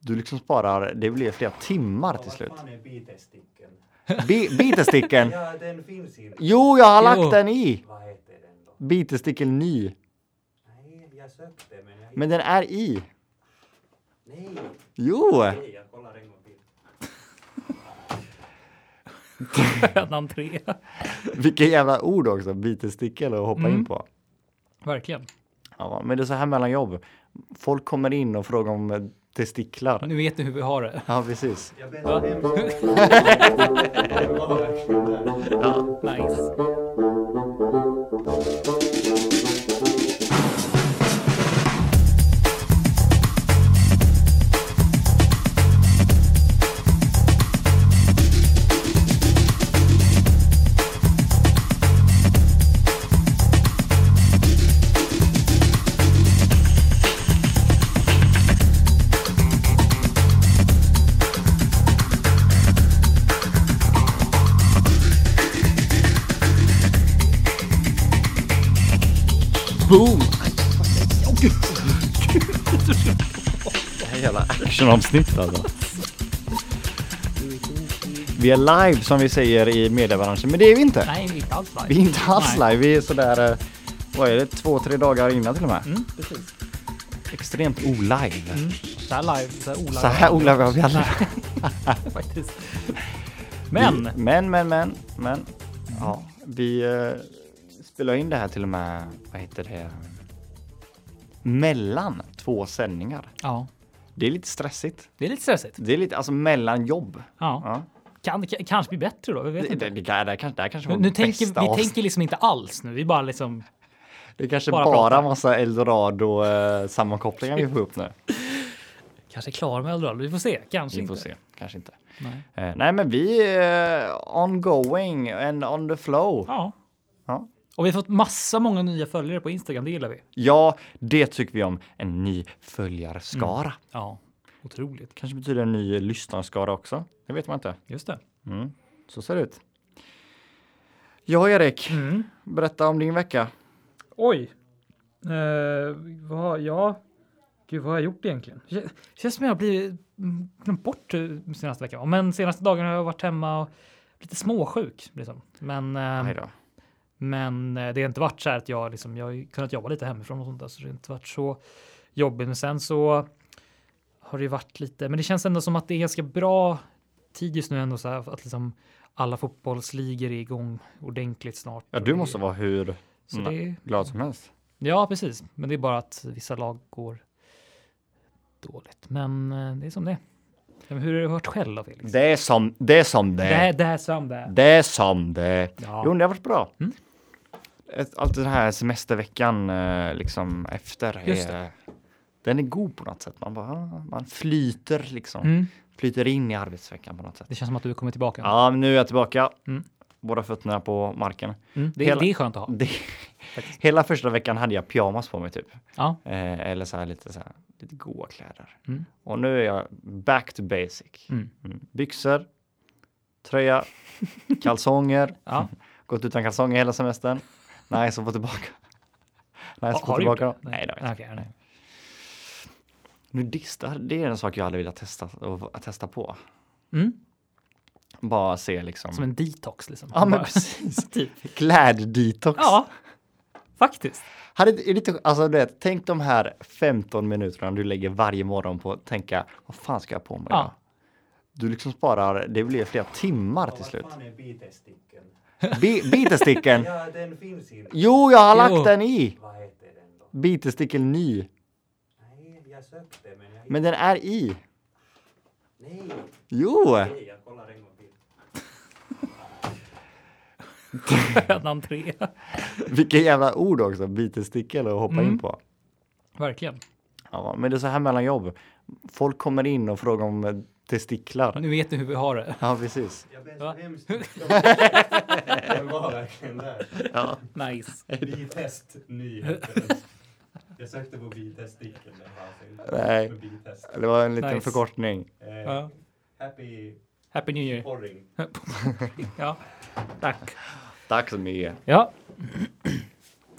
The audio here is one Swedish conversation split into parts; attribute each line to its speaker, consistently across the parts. Speaker 1: du liksom sparar, det blir flera timmar till slut.
Speaker 2: Vad fan är bitesticken?
Speaker 1: Bi- Bitesticken!
Speaker 2: Ja, den finns inte.
Speaker 1: Jo, jag har
Speaker 3: Jo.
Speaker 1: lagt den i!
Speaker 2: Vad heter den då?
Speaker 1: Bitestikel ny.
Speaker 2: Nej, jag sökte men jag
Speaker 1: Men den är i.
Speaker 2: Nej,
Speaker 1: Jo!
Speaker 2: nej, jag kollar en gång till.
Speaker 3: Hönan 3.
Speaker 1: Vilket jävla ord också, bitestikel och hoppa in på.
Speaker 3: Verkligen.
Speaker 1: Ja, men det är så här mellan jobb. Folk kommer in och frågar om eh, testiklar.
Speaker 3: Nu vet ni hur vi har det.
Speaker 1: Ja, precis.
Speaker 2: Jag bäddar hem.
Speaker 3: Nice. Boom!
Speaker 1: här jävla actionavsnitt alltså. Vi är live som vi säger i mediebranschen, men det är vi inte.
Speaker 3: Nej, vi är inte alls live.
Speaker 1: Vi är inte alls
Speaker 3: Nej.
Speaker 1: live, vi är sådär, eh, vad är det, två, tre dagar innan till och med.
Speaker 3: Mm, precis. Mm.
Speaker 1: Extremt olive.
Speaker 3: Så här live, så här olive.
Speaker 1: Så här olive har vi aldrig.
Speaker 3: faktiskt. Men,
Speaker 1: Men, men, men, men. Ja, vi eh, spelar in det här till och med, vad heter det, mellan två sändningar.
Speaker 3: ja,
Speaker 1: Det är lite stressigt.
Speaker 3: det är lite stressigt.
Speaker 1: Det är lite, alltså mellan jobb.
Speaker 3: Ja,
Speaker 1: Ja.
Speaker 3: kan, kan, kanske blir bättre då. Vi vet
Speaker 1: Det,
Speaker 3: inte.
Speaker 1: det, det, där, där kanske, där kanske
Speaker 3: Nu,
Speaker 1: var
Speaker 3: nu
Speaker 1: bästa
Speaker 3: tänker, vi
Speaker 1: avsnittet.
Speaker 3: tänker liksom inte alls nu. Vi bara liksom.
Speaker 1: Det är kanske
Speaker 3: Bara
Speaker 1: bara,
Speaker 3: prata.
Speaker 1: massa eldorado eh, sammankopplingar vi får upp nu.
Speaker 3: Kanske klar med Eldorado. Vi får se. Kanske
Speaker 1: Vi får
Speaker 3: inte.
Speaker 1: se, kanske inte.
Speaker 3: Nej.
Speaker 1: Eh, nej, men vi är eh, ongoing and on the flow.
Speaker 3: Ja.
Speaker 1: Ja.
Speaker 3: Och vi har fått massa många nya följare på Instagram. Det gillar vi.
Speaker 1: Ja, det tycker vi om. En ny följarskara.
Speaker 3: Ja, otroligt.
Speaker 1: Kanske betyder en ny lyssnarskara också. Det vet man inte.
Speaker 3: Just det.
Speaker 1: Mm. Så ser det ut. Ja, Erik,
Speaker 3: Mm.
Speaker 1: berätta om din vecka.
Speaker 4: Oj! Eh, vad, ja, gud vad har jag gjort egentligen?
Speaker 3: Det känns som jag har blivit mm, glömt bort eh, senaste veckan. Men senaste dagarna har jag varit hemma och lite småsjuk. Liksom. Men, eh,
Speaker 1: Nej då.
Speaker 3: men eh, det har inte varit så här att jag, liksom, jag har ju kunnat jobba lite hemifrån och sånt där, så det har inte varit så jobbigt. Men sen så har det ju varit lite, men det känns ändå som att det är ganska bra tid just nu ändå så här att liksom alla fotbollsligor är igång ordentligt snart.
Speaker 1: Ja, du måste vara hur
Speaker 3: Så det,
Speaker 1: glad som helst.
Speaker 3: ja, precis. Men det är bara att vissa lag går dåligt. Men eh, det är som det är. Men Hur har du hört själv då Felix?
Speaker 1: Det är som det är. Som det.
Speaker 3: Det här, det här som det är.
Speaker 1: Det är som det är.
Speaker 3: Ja.
Speaker 1: Jo, det har varit bra.
Speaker 3: Mm.
Speaker 1: Ett- Allt den här semesterveckan eh, liksom efter.
Speaker 3: Just
Speaker 1: Är, den är god på något sätt. Man, bara, ah, man flyter liksom.
Speaker 3: Mm.
Speaker 1: Flyter in i arbetsveckan på något sätt.
Speaker 3: Det känns som att du kommer tillbaka.
Speaker 1: Ja, men nu är jag tillbaka.
Speaker 3: Mm.
Speaker 1: Båda fötterna på marken.
Speaker 3: Mm. Det,
Speaker 1: hela-
Speaker 3: det är skönt att ha.
Speaker 1: Det, hela första veckan hade jag pyjamas på mig typ.
Speaker 3: Ja.
Speaker 1: Eh, eller så här lite så här, lite goa kläder.
Speaker 3: Mm.
Speaker 1: Och nu är jag back to basic.
Speaker 3: Mm.
Speaker 1: Byxor, tröja, kalsonger.
Speaker 3: Ja.
Speaker 1: Gått utan kalsonger hela semestern. Nice att få tillbaka. Nice att
Speaker 3: har
Speaker 1: få
Speaker 3: du gjort
Speaker 1: tillbaka. dem.
Speaker 3: det?
Speaker 1: Nej, det har jag inte.
Speaker 3: Okej, nej.
Speaker 1: Nudistar, det är en sak jag aldrig velat testa, att testa på.
Speaker 3: Mm.
Speaker 1: Bara se liksom.
Speaker 3: Som en detox liksom.
Speaker 1: Ja, men
Speaker 3: Bara-
Speaker 1: precis.
Speaker 3: typ.
Speaker 1: Kläddetox.
Speaker 3: Ja, faktiskt.
Speaker 1: Hade, är det inte, alltså, du vet, tänk de här 15 minuterna du lägger varje morgon på att tänka vad fan ska jag ha på mig?
Speaker 3: Ja.
Speaker 1: idag?" Du liksom sparar, det blir flera timmar till slut.
Speaker 2: Vad fan är bitesticken?
Speaker 1: Bi- Bitesticken!
Speaker 2: Ja, den finns inte.
Speaker 1: Jo, jag har
Speaker 3: Jo.
Speaker 1: lagt den i!
Speaker 2: Vad heter den då?
Speaker 1: Bitesticken ny.
Speaker 2: Nej, jag sökte men jag
Speaker 1: Men den är i.
Speaker 2: Nej,
Speaker 1: Jo!
Speaker 2: nej, jag kollar en gång till.
Speaker 3: Hönan 3.
Speaker 1: Vilket jävla ord också, bitesticken och hoppa
Speaker 3: Mm.
Speaker 1: in på.
Speaker 3: Verkligen.
Speaker 1: Ja, men det är så här mellan jobb. Folk kommer in och frågar om eh, testiklar.
Speaker 3: Nu vet ni hur vi har det.
Speaker 1: Ja, precis.
Speaker 2: Jag
Speaker 3: Va?
Speaker 2: bäddar hemskt. Den var verkligen där.
Speaker 3: Nice.
Speaker 2: Bitest nyheter. Jag sökte på bitesticken. Den fanns inte.
Speaker 1: Nej.
Speaker 2: På bitest.
Speaker 1: Det var en liten
Speaker 3: Nice.
Speaker 1: förkortning.
Speaker 2: Eh,
Speaker 3: Ja.
Speaker 2: Happy
Speaker 3: Happy New Year.
Speaker 2: porring.
Speaker 3: Ja, tack.
Speaker 1: Tack så mycket.
Speaker 3: Ja,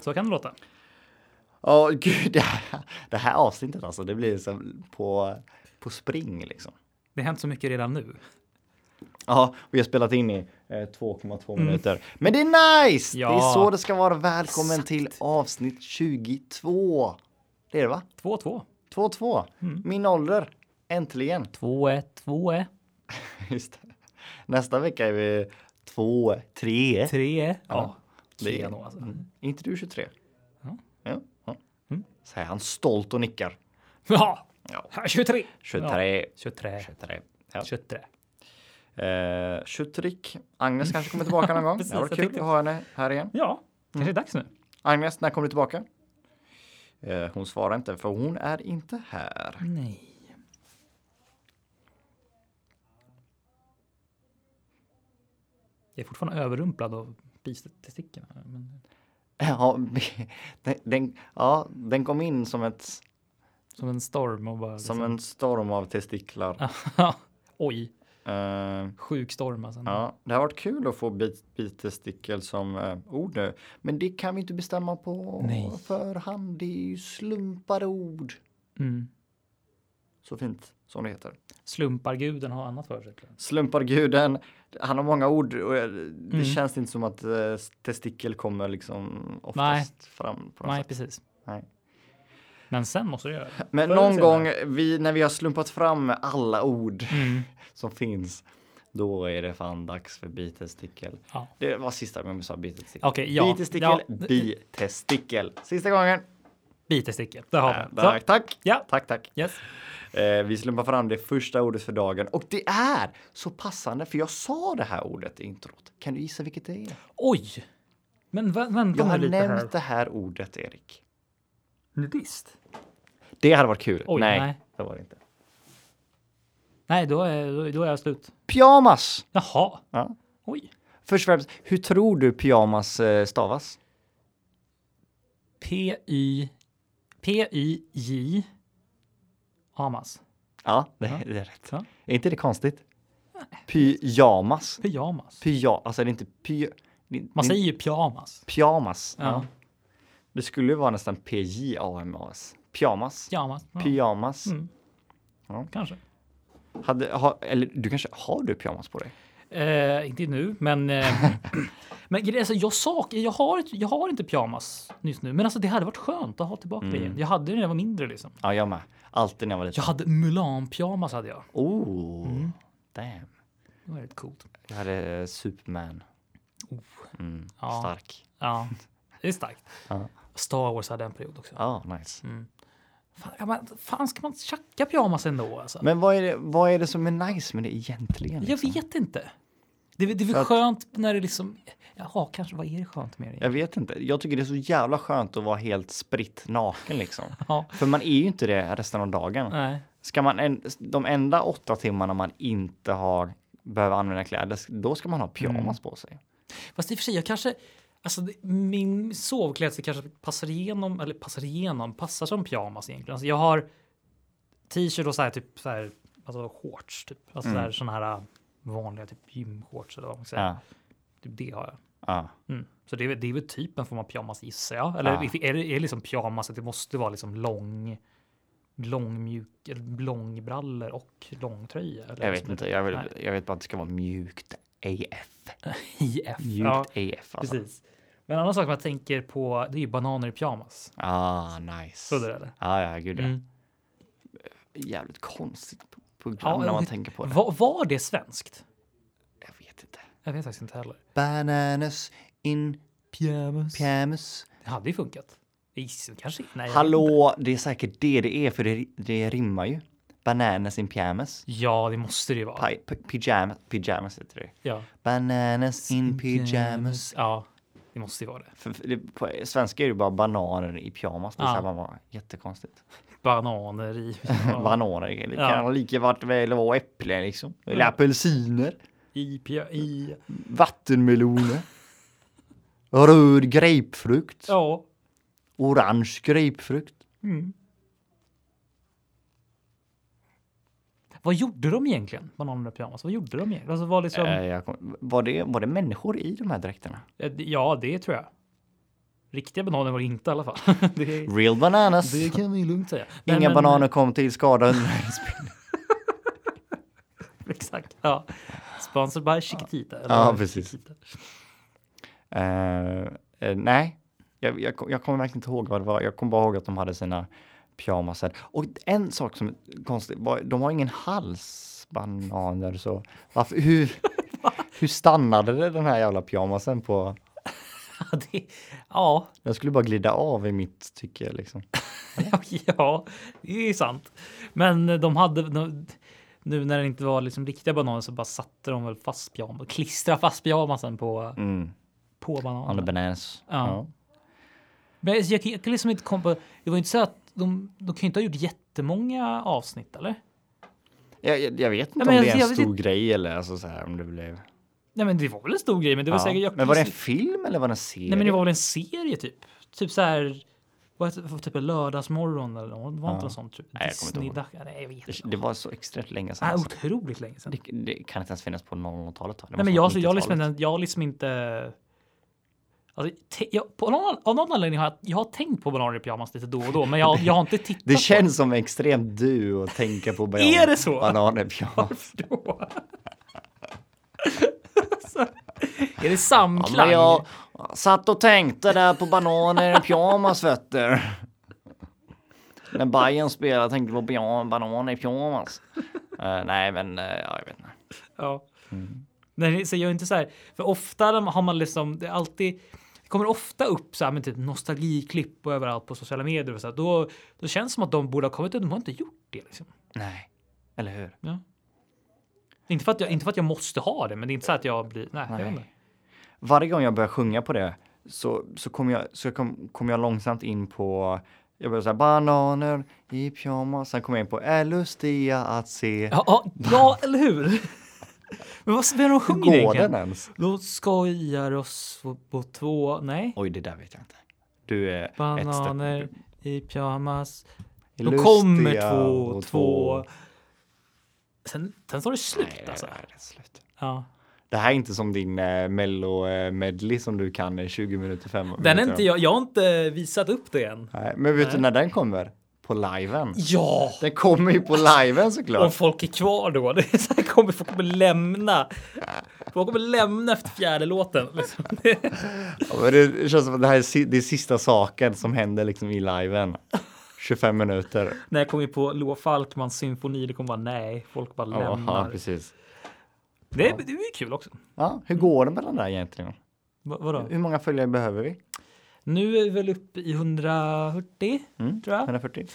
Speaker 3: så kan det låta.
Speaker 1: Ja, gud, det här, det här avsnittet alltså, det blir som på på spring liksom.
Speaker 3: Det har hänt så mycket redan nu.
Speaker 1: Ja, vi har spelat in i eh, 2,2 minuter. Men det är nice! Det är
Speaker 3: Mm. Ja.
Speaker 1: så det ska vara. Välkommen till avsnitt 22. Det är det va?
Speaker 3: 2-2.
Speaker 1: 2,2.
Speaker 3: Mm.
Speaker 1: Min ålder. Äntligen.
Speaker 3: 2-1, 2-1,
Speaker 1: Just det. Nästa vecka är vi 2, 3.
Speaker 3: 3-1. Ja,
Speaker 1: det är-
Speaker 3: Keno alltså.
Speaker 1: Är inte du 23?
Speaker 3: Ja.
Speaker 1: ja. ja.
Speaker 3: Mm.
Speaker 1: Säger han stolt och nickar.
Speaker 3: Ja,
Speaker 1: Ja.
Speaker 3: 23.
Speaker 1: 23.
Speaker 3: 23.
Speaker 1: 23. Ja.
Speaker 3: 23.
Speaker 1: Eh, 23. Agnes kanske kommer tillbaka någon gång.
Speaker 3: Precis,
Speaker 1: Det hade
Speaker 3: jag
Speaker 1: varit kul
Speaker 3: tänkte-
Speaker 1: att ha henne här igen.
Speaker 3: Ja, kanske är dags nu.
Speaker 1: Agnes, när kommer du tillbaka? Eh, hon svarar inte för hon är inte här.
Speaker 3: Nej. Jag är fortfarande överrumplad av bistickorna. Men
Speaker 1: Ja, den, den, ja, den kom in som, ett,
Speaker 3: som en storm och bara...
Speaker 1: som en storm av testiklar.
Speaker 3: liksom- Oj,
Speaker 1: Eh,
Speaker 3: sjuk storm alltså.
Speaker 1: Ja, det har varit kul att få bit, bitestickel som eh, ord nu. Men det kan vi inte bestämma på
Speaker 3: Nej.
Speaker 1: förhand. Det är ju slumpade ord.
Speaker 3: Mm.
Speaker 1: Så fint som det heter.
Speaker 3: Slumparguden har annat för sig. tror jag.
Speaker 1: Slumparguden, han har många ord och eh, det
Speaker 3: Mm.
Speaker 1: känns inte som att eh, testikel kommer liksom oftast fram. På något
Speaker 3: Nej,
Speaker 1: sätt.
Speaker 3: precis.
Speaker 1: Nej.
Speaker 3: Men sen måste du göra det.
Speaker 1: Men
Speaker 3: Förr eller
Speaker 1: någon gång
Speaker 3: senare.
Speaker 1: vi, när vi har slumpat fram alla ord
Speaker 3: Mm.
Speaker 1: som finns, då är det fan dags för bitestikel.
Speaker 3: Ja.
Speaker 1: Det var sista gången vi sa bitestikel.
Speaker 3: Okej, ja.
Speaker 1: Bitestikel,
Speaker 3: Ja.
Speaker 1: bitestikel. Sista gången.
Speaker 3: Bitestickel, där har
Speaker 1: Äh,
Speaker 3: vi den.
Speaker 1: tack, tack.
Speaker 3: Ja,
Speaker 1: Tack, tack.
Speaker 3: yes.
Speaker 1: Eh, vi slumpar fram det första ordet för dagen och det är så passande för jag sa det här ordet i introt. Kan du gissa vilket det är?
Speaker 3: Oj! Men vä-
Speaker 1: Jag
Speaker 3: vänta
Speaker 1: har
Speaker 3: nu lite
Speaker 1: nämnt
Speaker 3: här.
Speaker 1: det här ordet, Erik.
Speaker 4: Nudist?
Speaker 1: Det hade varit kul.
Speaker 3: Oj,
Speaker 1: nej,
Speaker 3: nej.
Speaker 1: det var det inte.
Speaker 3: Nej, då är, då- då är jag slut.
Speaker 1: Pyjamas!
Speaker 3: Jaha.
Speaker 1: Ja.
Speaker 3: Oj.
Speaker 1: Först och främst, hur tror du pyjamas eh, stavas?
Speaker 3: P-Y... P-Y-J... Amas.
Speaker 1: Ja, det,
Speaker 3: Ja.
Speaker 1: det är rätt.
Speaker 3: Ja.
Speaker 1: Är inte det konstigt? Pyjamas.
Speaker 3: Pyjamas.
Speaker 1: Pyja, alltså det är inte py... det är-
Speaker 3: Man
Speaker 1: det är
Speaker 3: säger ju pyjamas.
Speaker 1: Pyjamas.
Speaker 3: Ja.
Speaker 1: Ja. Det skulle ju vara nästan PJAMAS. Pyjamas.
Speaker 3: Pyjamas. Ja.
Speaker 1: Pyjamas.
Speaker 3: Mm.
Speaker 1: Ja.
Speaker 3: Kanske.
Speaker 1: Hade, ha, eller du kanske har du pyjamas på dig?
Speaker 3: Eh, inte nu, men... Eh, men grejen är så, jag, sak, jag, har, ett- jag har inte pyjamas just nu, men alltså, det hade varit skönt att ha tillbaka det
Speaker 1: Mm.
Speaker 3: igen. Jag hade det när jag var mindre. Liksom.
Speaker 1: Ja, jag med. Alltid när jag var liten.
Speaker 3: Jag Mm. hade Mulan-pyjamas. Hade jag.
Speaker 1: Oh, damn.
Speaker 3: Det var rätt coolt.
Speaker 1: Jag hade eh, Superman. Mm,
Speaker 3: Ja.
Speaker 1: Stark.
Speaker 3: Ja, det är starkt.
Speaker 1: Ja.
Speaker 3: Star Wars hade en period också.
Speaker 1: Ja, nice.
Speaker 3: Mm. Fan, kan man, fan ska man tjacka pyjamas ändå? Alltså?
Speaker 1: Men vad är, det, vad är det som är nice med det egentligen?
Speaker 3: Jag
Speaker 1: liksom?
Speaker 3: vet inte. Det, är- det är väl
Speaker 1: För att-
Speaker 3: skönt när det liksom... Jaha, kanske vad är det skönt med det?
Speaker 1: jag vet inte. Jag tycker det är så jävla skönt att vara helt spritt naken liksom.
Speaker 3: Ja.
Speaker 1: För man är ju inte det resten av dagen.
Speaker 3: Nej.
Speaker 1: Ska man en, de enda åtta timmarna man inte har behöver använda kläder, då ska
Speaker 3: Mm.
Speaker 1: man ha pyjamas på sig.
Speaker 3: Fast i och för sig, jag kanske... Alltså det- min sovklädsel kanske passar igenom, eller passar igenom, passar som pyjamas egentligen. Alltså jag har t-shirt och så här typ så här, alltså shorts typ. Alltså så här, såna här vanliga typ gymshorts eller vad man ska säga.
Speaker 1: Mm. Ja.
Speaker 3: Typ det har jag.
Speaker 1: Ja.
Speaker 3: Mm. Så det är, väl- det är väl typ en form av pyjamas gissar jag. Eller
Speaker 1: Ah.
Speaker 3: är, det, är det liksom pyjamas att det måste vara liksom lång, lång mjuk, eller långbrallor och långtröja? Eller
Speaker 1: Jag vet
Speaker 3: liksom-
Speaker 1: inte, jag, vill,
Speaker 3: Nej.
Speaker 1: jag vet bara att det ska vara mjukt AF.
Speaker 3: IF.
Speaker 1: Mjukt
Speaker 3: Ja,
Speaker 1: AF alltså.
Speaker 3: precis. Men en annan sak man tänker på, det är ju bananer i pyjamas.
Speaker 1: Ah, nice.
Speaker 3: Så det där.
Speaker 1: Ja, ja, gud ja.
Speaker 3: Mm.
Speaker 1: Jävligt konstigt p- program
Speaker 3: Ja,
Speaker 1: när man
Speaker 3: det-
Speaker 1: tänker på det.
Speaker 3: Var, var det svenskt?
Speaker 1: Jag vet inte.
Speaker 3: Jag vet faktiskt inte heller.
Speaker 1: Bananas in
Speaker 3: Pyjamas.
Speaker 1: pyjamas.
Speaker 3: Det hade ju funkat. Is, kanske. Nej, jag vet inte.
Speaker 1: Hallå, det är säkert det det är för det, det rimmar ju. Bananas in pyjamas.
Speaker 3: Ja, det måste det ju vara.
Speaker 1: Pi- pi- Pyjamas, pyjamas heter det.
Speaker 3: Ja. Mm.
Speaker 1: Bananas in pyjamas.
Speaker 3: Ja, det måste ju vara det.
Speaker 1: För, för det, på svenska är det bara bananer i pyjamas. Det är
Speaker 3: Ja.
Speaker 1: så här man bara, jättekonstigt.
Speaker 3: Bananer i...
Speaker 1: Bananer, det kan
Speaker 3: Ja.
Speaker 1: lika vart väl vara äpplen liksom. Eller apelsiner,
Speaker 3: I, pjö, i,
Speaker 1: vattenmeloner. Röd grapefrukt,
Speaker 3: ja.
Speaker 1: orange grapefrukt.
Speaker 3: Vad gjorde de egentligen? Bananer i pyjamas. Vad gjorde de egentligen? Alltså var liksom,
Speaker 1: Eh, jag kom, var, det, var det människor i de här dräkterna?
Speaker 3: eh, Ja, det tror jag. Riktiga bananer var det inte i alla fall. det,
Speaker 1: Real bananas.
Speaker 3: det kan vi lugnt säga. Nej,
Speaker 1: Mm. Inga
Speaker 3: men-
Speaker 1: bananer kom till skada under inspelningen.
Speaker 3: Exakt. Ja. Sponsored by Chiquitita. eller
Speaker 1: Ja, precis.
Speaker 3: Chiquitita.
Speaker 1: Eh, eh, nej, jag, jag, kom- jag kommer verkligen inte ihåg vad det var. Jag kommer bara ihåg att de hade sina pyjamasar. Och en sak som är konstig, var, de har ingen halsbananer så. Varför, hur, hur stannade det den här jävla pyjamasen på?
Speaker 3: Ja, det, ja,
Speaker 1: Den skulle bara glida av i mitt tycke liksom.
Speaker 3: ja, det är sant. Men de hade de, nu när det inte var liksom riktiga bananer så bara satte de väl fast pyjamas, klistra fast pyjamasen på,
Speaker 1: Mm.
Speaker 3: på
Speaker 1: On the
Speaker 3: bananen.
Speaker 1: bananas.
Speaker 3: Ja. Men jag, jag, jag kan liksom inte komma på, det var ju inte så att de, de kan ju inte ha gjort jättemånga avsnitt eller?
Speaker 1: Jag, jag, jag vet inte
Speaker 3: men
Speaker 1: om det
Speaker 3: jag-
Speaker 1: är
Speaker 3: jag
Speaker 1: en
Speaker 3: vet
Speaker 1: stor grej eller alltså, så här, om det blev.
Speaker 3: Nej men det var väl en stor grej men det var
Speaker 1: Ja.
Speaker 3: säkert... Jag,
Speaker 1: men var det en film eller var det en serie?
Speaker 3: Nej men det var väl en serie typ. Typ så här... Vad heter det? Typ en lördagsmorgon eller något. Var
Speaker 1: Ja.
Speaker 3: inte något sånt? Typ.
Speaker 1: Nej, jag kommer inte ihåg.
Speaker 3: Disney-dag- Nej jag vet inte.
Speaker 1: Det var så extremt länge sedan.
Speaker 3: Ah,
Speaker 1: alltså.
Speaker 3: otroligt länge sedan.
Speaker 1: Det, det kan inte ens finnas på 00-talet. va? Det
Speaker 3: Nej men
Speaker 1: måste
Speaker 3: jag,
Speaker 1: vara på
Speaker 3: så jag, liksom,
Speaker 1: 90-talet.
Speaker 3: inte- jag liksom inte... Alltså, te, jag, på någon, av någon anledning har jag, jag har tänkt på bananer i pyjamas lite då och då men jag, jag har inte tittat
Speaker 1: Det
Speaker 3: på
Speaker 1: känns som extremt du att tänka på banan,
Speaker 3: Är det så?
Speaker 1: bananer-pyjamas.
Speaker 3: då. så, Alltså, är det samklang?
Speaker 1: men jag satt och tänkte där på bananer i pyjamas vet du. När Bayern spelade tänkte jag på pyjam- bananer i pyjamas. Eh, nej men, eh, ja, jag vet inte.
Speaker 3: Ja.
Speaker 1: Mm.
Speaker 3: Nej, så jag är inte så här. För ofta har man liksom, det är alltid, det kommer ofta upp så här med typ nostalgiklipp och överallt på sociala medier och så här. Då, då känns det som att de borde ha kommit ut, de har inte gjort det liksom.
Speaker 1: Nej, eller hur?
Speaker 3: Inte för att jag, inte för att jag måste ha det, men det är inte så att jag blir, nej, jag vet inte.
Speaker 1: Nej. Varje gång jag börjar sjunga på det så, så kommer jag, så kom, kom jag långsamt in på jag börjar säga bananer i pyjamas. Sen kommer jag in på är lustiga att se.
Speaker 3: Ja, ja, ja eller hur? men vad vad är det de sjunger
Speaker 1: Går
Speaker 3: egentligen?
Speaker 1: den ens?
Speaker 3: Då skojar oss på- på två, nej.
Speaker 1: Oj, det där vet jag inte. Du är
Speaker 3: Bananer i pyjamas.
Speaker 1: Ett
Speaker 3: De kommer två, två. Sen, sen tar det slut
Speaker 1: Nej,
Speaker 3: alltså.
Speaker 1: det här är slut.
Speaker 3: Ja.
Speaker 1: Det här är inte som din eh, mello eh, medley som du kan i 20 minuter fem
Speaker 3: Den
Speaker 1: minuter.
Speaker 3: är inte jag, jag har inte visat upp det än.
Speaker 1: Nej, men vet du
Speaker 3: Nej.
Speaker 1: när den kommer? På liven.
Speaker 3: Ja!
Speaker 1: Den kommer ju på liven
Speaker 3: Om
Speaker 1: såklart.
Speaker 3: folk är kvar då. Det är så här, kommer, folk kommer lämna. Folk kommer lämna efter fjärde låten. Liksom.
Speaker 1: Ja, men det känns som att det här är si- det är sista saken som händer liksom i liven. 25 minuter.
Speaker 3: När jag kom in på Loa Falkmans symfoni, det kommer vara nej, folk bara
Speaker 1: Ja, Ja,
Speaker 3: lämnar.
Speaker 1: precis.
Speaker 3: det, är- det är ju kul också.
Speaker 1: Ja, hur går det med den där egentligen?
Speaker 3: Va- vadå?
Speaker 1: Hur många följare behöver vi?
Speaker 3: Nu är vi väl uppe i 140
Speaker 1: Mm.
Speaker 3: tror jag.
Speaker 1: 140?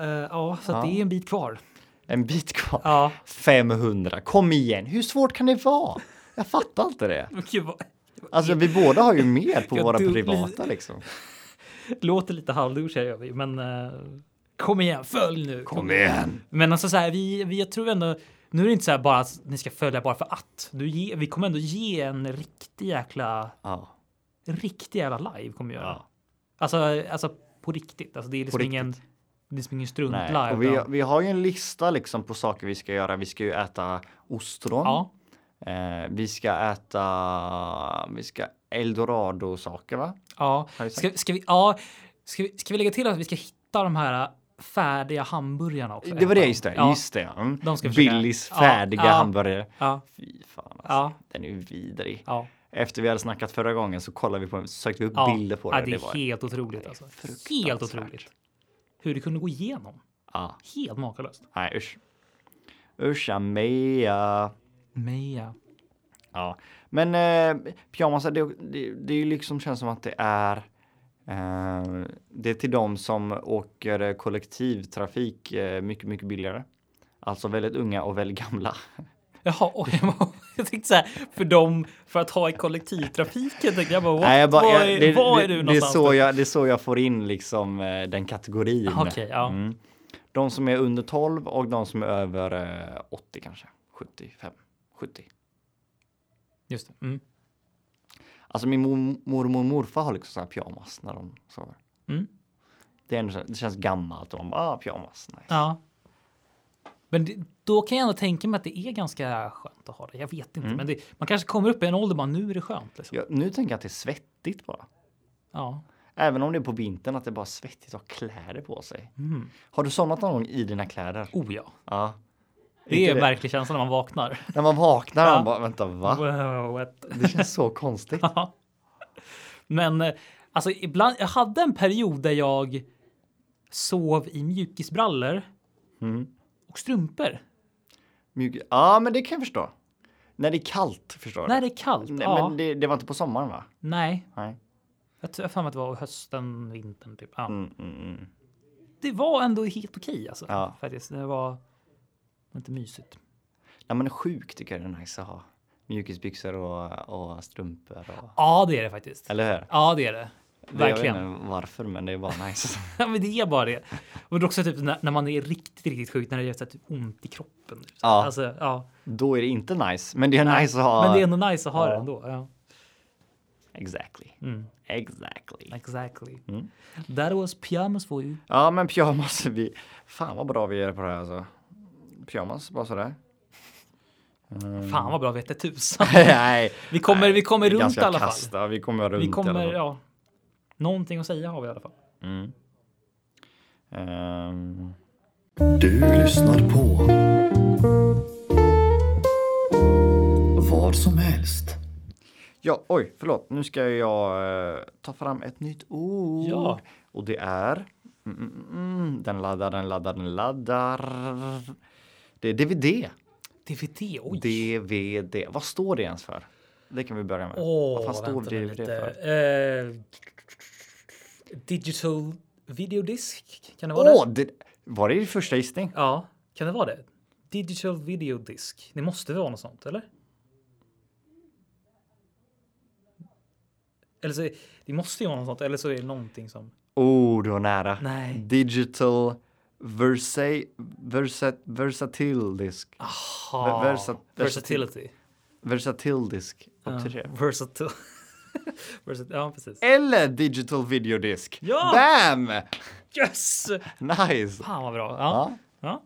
Speaker 3: Eh, ja, så att
Speaker 1: Ja.
Speaker 3: det är en bit kvar.
Speaker 1: En bit kvar.
Speaker 3: Ja,
Speaker 1: 500. Kom igen, hur svårt kan det vara? Jag fattar inte det.
Speaker 3: men gud vad,
Speaker 1: Alltså vi båda har ju mer på
Speaker 3: Jag
Speaker 1: våra
Speaker 3: dubbel-
Speaker 1: privata liksom.
Speaker 3: låter lite halvduschiga gör vi, men eh, kom igen, följ nu.
Speaker 1: Kom igen!
Speaker 3: Men alltså så här, vi, vi, jag tror ändå, nu är det inte så här bara att ni ska följa bara för att. Du ge, vi kommer ändå ge en riktig jäkla,
Speaker 1: Ja,
Speaker 3: riktig jävla live kommer vi göra.
Speaker 1: Ja.
Speaker 3: Alltså, alltså på riktigt. Alltså det är liksom
Speaker 1: riktigt.
Speaker 3: ingen, det är liksom ingen
Speaker 1: nej.
Speaker 3: struntlive.
Speaker 1: Och vi,
Speaker 3: utan-
Speaker 1: vi har ju en lista liksom på saker vi ska göra. Vi ska ju äta ostron.
Speaker 3: Ja,
Speaker 1: Eh, vi ska äta, vi ska eldorado saker va?
Speaker 3: ja.
Speaker 1: Har jag sagt.
Speaker 3: Ska, ska, vi, ja ska, vi, ska vi lägga till att vi ska hitta de här äh, färdiga hamburgarna också?
Speaker 1: Det var det, just det.
Speaker 3: Ja,
Speaker 1: Just det. Mm.
Speaker 3: De ska försöka-
Speaker 1: Billys
Speaker 3: Ja,
Speaker 1: färdiga
Speaker 3: ja.
Speaker 1: hamburgare.
Speaker 3: ja,
Speaker 1: Fy fan alltså.
Speaker 3: ja,
Speaker 1: Den är ju vidrig.
Speaker 3: ja.
Speaker 1: Efter vi hade snackat förra gången så kollade vi på den, så sökte vi upp
Speaker 3: ja.
Speaker 1: bilder på
Speaker 3: ja,
Speaker 1: den.
Speaker 3: det.
Speaker 1: det var
Speaker 3: är helt otroligt
Speaker 1: det är
Speaker 3: alltså.
Speaker 1: fruktansvärt.
Speaker 3: Helt otroligt. Hur det kunde gå igenom.
Speaker 1: ja.
Speaker 3: Helt makalöst.
Speaker 1: Nej usch. Uscha mea.
Speaker 3: Meja.
Speaker 1: Ja, men eh, pyjamasar, det, det, det är ju liksom känns som att det är eh, det är till de som åker eh, kollektivtrafik eh, mycket, mycket billigare. Alltså väldigt unga och väldigt gamla.
Speaker 3: Jaha, oj, jag bara- jag tänkte så här, för dem, för att ha i kollektivtrafiken, tänkte jag bara, what,
Speaker 1: jag bara-
Speaker 3: var,
Speaker 1: jag-
Speaker 3: är,
Speaker 1: det-
Speaker 3: var
Speaker 1: det-
Speaker 3: är du
Speaker 1: det är,
Speaker 3: någonstans?
Speaker 1: så jag, det är så jag får in liksom eh, den kategorin.
Speaker 3: Jaha, Ah, okej, ja.
Speaker 1: Mm. De som är under 12 och de som är över eh, 80 kanske. 75, 70.
Speaker 3: Just det. Mm.
Speaker 1: Alltså min mor- mormor och morfar har liksom såna här pyjamas när de sover.
Speaker 3: Mm.
Speaker 1: Det, är ändå, så- det känns gammalt och de bara ah, pyjamas. Nice.
Speaker 3: Ja. Men det, då kan jag ändå tänka mig att det är ganska skönt att ha det. Jag vet inte, men det, man kanske kommer upp i en ålder bara nu är det skönt. Liksom.
Speaker 1: Mm. Ja, nu tänker jag att det är svettigt bara.
Speaker 3: Ja.
Speaker 1: Även om det är på vintern att det är bara svettigt att ha kläder på sig.
Speaker 3: Mm.
Speaker 1: Har du somnat någon gång i dina kläder?
Speaker 3: Oh ja.
Speaker 1: Ja.
Speaker 3: Det
Speaker 1: Inte
Speaker 3: är en verklig känsla när man vaknar.
Speaker 1: När man vaknar
Speaker 3: Ja.
Speaker 1: man bara, vänta va?
Speaker 3: Wow, what?
Speaker 1: Det känns så konstigt.
Speaker 3: Ja. Men eh, alltså ibland, jag hade en period där jag sov i mjukisbrallor
Speaker 1: Mm.
Speaker 3: och strumpor.
Speaker 1: Mjuk- Ja, men det kan jag förstå. När det är kallt förstår du.
Speaker 3: När det är kallt.
Speaker 1: Nej,
Speaker 3: ja.
Speaker 1: men det, det var inte på sommaren va?
Speaker 3: Nej,
Speaker 1: Nej.
Speaker 3: jag tror jag har för mig att det var hösten, vintern typ. Ja.
Speaker 1: Mm, mm, mm.
Speaker 3: Det var ändå helt okej alltså.
Speaker 1: Ja.
Speaker 3: Faktiskt. Det var inte mysigt.
Speaker 1: När man är sjuk tycker jag det är nice att ha mjukisbyxor och, och strumpor. Och...
Speaker 3: Ja, det är det faktiskt.
Speaker 1: Eller hur?
Speaker 3: Ja, det är det.
Speaker 1: Det-
Speaker 3: Verkligen.
Speaker 1: Jag vet inte varför, men det är bara nice.
Speaker 3: Ja, men det är bara det. Och det är också typ när, när man är riktigt, riktigt sjuk, när det gör så här typ ont i kroppen. Typ.
Speaker 1: Ja.
Speaker 3: Alltså, ja.
Speaker 1: Då är det inte nice, men det är nice att ha.
Speaker 3: Men det är ändå nice att ha
Speaker 1: Ja.
Speaker 3: det ändå. Ja.
Speaker 1: Exactly.
Speaker 3: Mm,
Speaker 1: Exactly.
Speaker 3: exactly.
Speaker 1: Mm.
Speaker 3: That was pyjamas for you.
Speaker 1: Ja, men pyjamas. Vi... Fan vad bra vi är på det här alltså. Pyjamas, bara sådär. Mm.
Speaker 3: Fan vad bra vi hette tusan.
Speaker 1: Nej.
Speaker 3: Vi kommer,
Speaker 1: Nej,
Speaker 3: vi kommer
Speaker 1: det är
Speaker 3: runt i
Speaker 1: ganska
Speaker 3: alla fall.
Speaker 1: kasta. Vi kommer runt
Speaker 3: Vi
Speaker 1: i
Speaker 3: kommer,
Speaker 1: alla fall.
Speaker 3: ja. Någonting att säga har vi i alla fall.
Speaker 1: Mm. Ehm,
Speaker 5: Du lyssnar på vad som helst.
Speaker 1: ja, oj, förlåt. Nu ska jag eh, ta fram ett nytt ord.
Speaker 3: Ja.
Speaker 1: Och det är... Mm, mm, mm, den laddar, den laddar, den laddar. Det är DVD.
Speaker 3: DVD, oj.
Speaker 1: DVD. Vad står det ens för? Det kan vi börja med.
Speaker 3: Åh,
Speaker 1: Vad fan står
Speaker 3: vänta nu
Speaker 1: DVD för?
Speaker 3: Eh, digital videodisk? Kan det vara
Speaker 1: Åh,
Speaker 3: det?
Speaker 1: det, var det din första gissning?
Speaker 3: Ja, kan det vara det? Digital videodisk. Det måste väl vara något sånt, eller? Eller så, det måste ju vara något sånt, eller så är det någonting som...
Speaker 1: Oh, du var nära.
Speaker 3: Nej.
Speaker 1: Digital versa, versa, versatil disk.
Speaker 3: Ah,
Speaker 1: versa-
Speaker 3: versatility.
Speaker 1: Versatil disk. Upp till det.
Speaker 3: Versatil. Versat- ja, precis.
Speaker 1: Eller digital video disk.
Speaker 3: Ja!
Speaker 1: Bam!
Speaker 3: Yes!
Speaker 1: Nice!
Speaker 3: Fan vad bra. Ja,
Speaker 1: Ja.
Speaker 3: ja.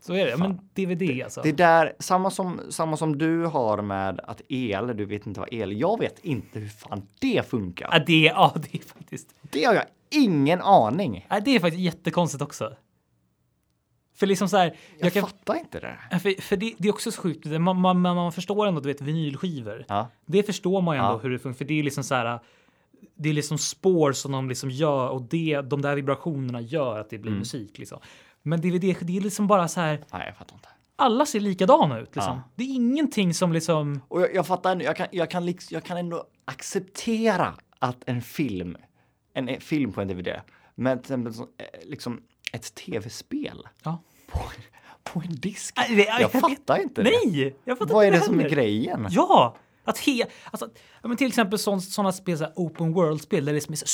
Speaker 3: Så är det. Men DVD alltså.
Speaker 1: Det är där, samma som, samma som du har med att el, du vet inte vad el, jag vet inte hur fan det
Speaker 3: Ja,
Speaker 1: funkar.
Speaker 3: det, ja, det är faktiskt.
Speaker 1: Det har jag ingen aning.
Speaker 3: Ja, det är faktiskt jättekonstigt också. För liksom så här.
Speaker 1: Jag,
Speaker 3: Jag kan,
Speaker 1: fattar inte det.
Speaker 3: för för det, det är också så sjukt. det- Man, man, man man förstår ändå, du vet, vinylskivor.
Speaker 1: Ja.
Speaker 3: Det förstår man ju ändå
Speaker 1: Ja.
Speaker 3: hur det funkar. För det är liksom så här. Det är liksom spår som de liksom gör och det, de där vibrationerna gör att det
Speaker 1: Mm.
Speaker 3: blir musik liksom. Men DVD, det är liksom bara så här.
Speaker 1: Nej, jag fattar inte.
Speaker 3: Alla ser likadana ut liksom.
Speaker 1: Ja.
Speaker 3: Det är ingenting som liksom.
Speaker 1: Och jag, jag fattar, ändå- jag kan, jag, kan liksom, jag kan ändå acceptera att en film, en, en film på en DVD, men till exempel så- eh, liksom ett tv-spel
Speaker 3: Ja.
Speaker 1: på, på en disk.
Speaker 3: Nej, det-
Speaker 1: Jag fattar inte det.
Speaker 3: Nej, jag fattar
Speaker 1: Vad är
Speaker 3: inte
Speaker 1: det som är
Speaker 3: heller.
Speaker 1: grejen?
Speaker 3: Ja, att he, alltså, ja, men till exempel sådana spel, så här open world-spel där det som är så här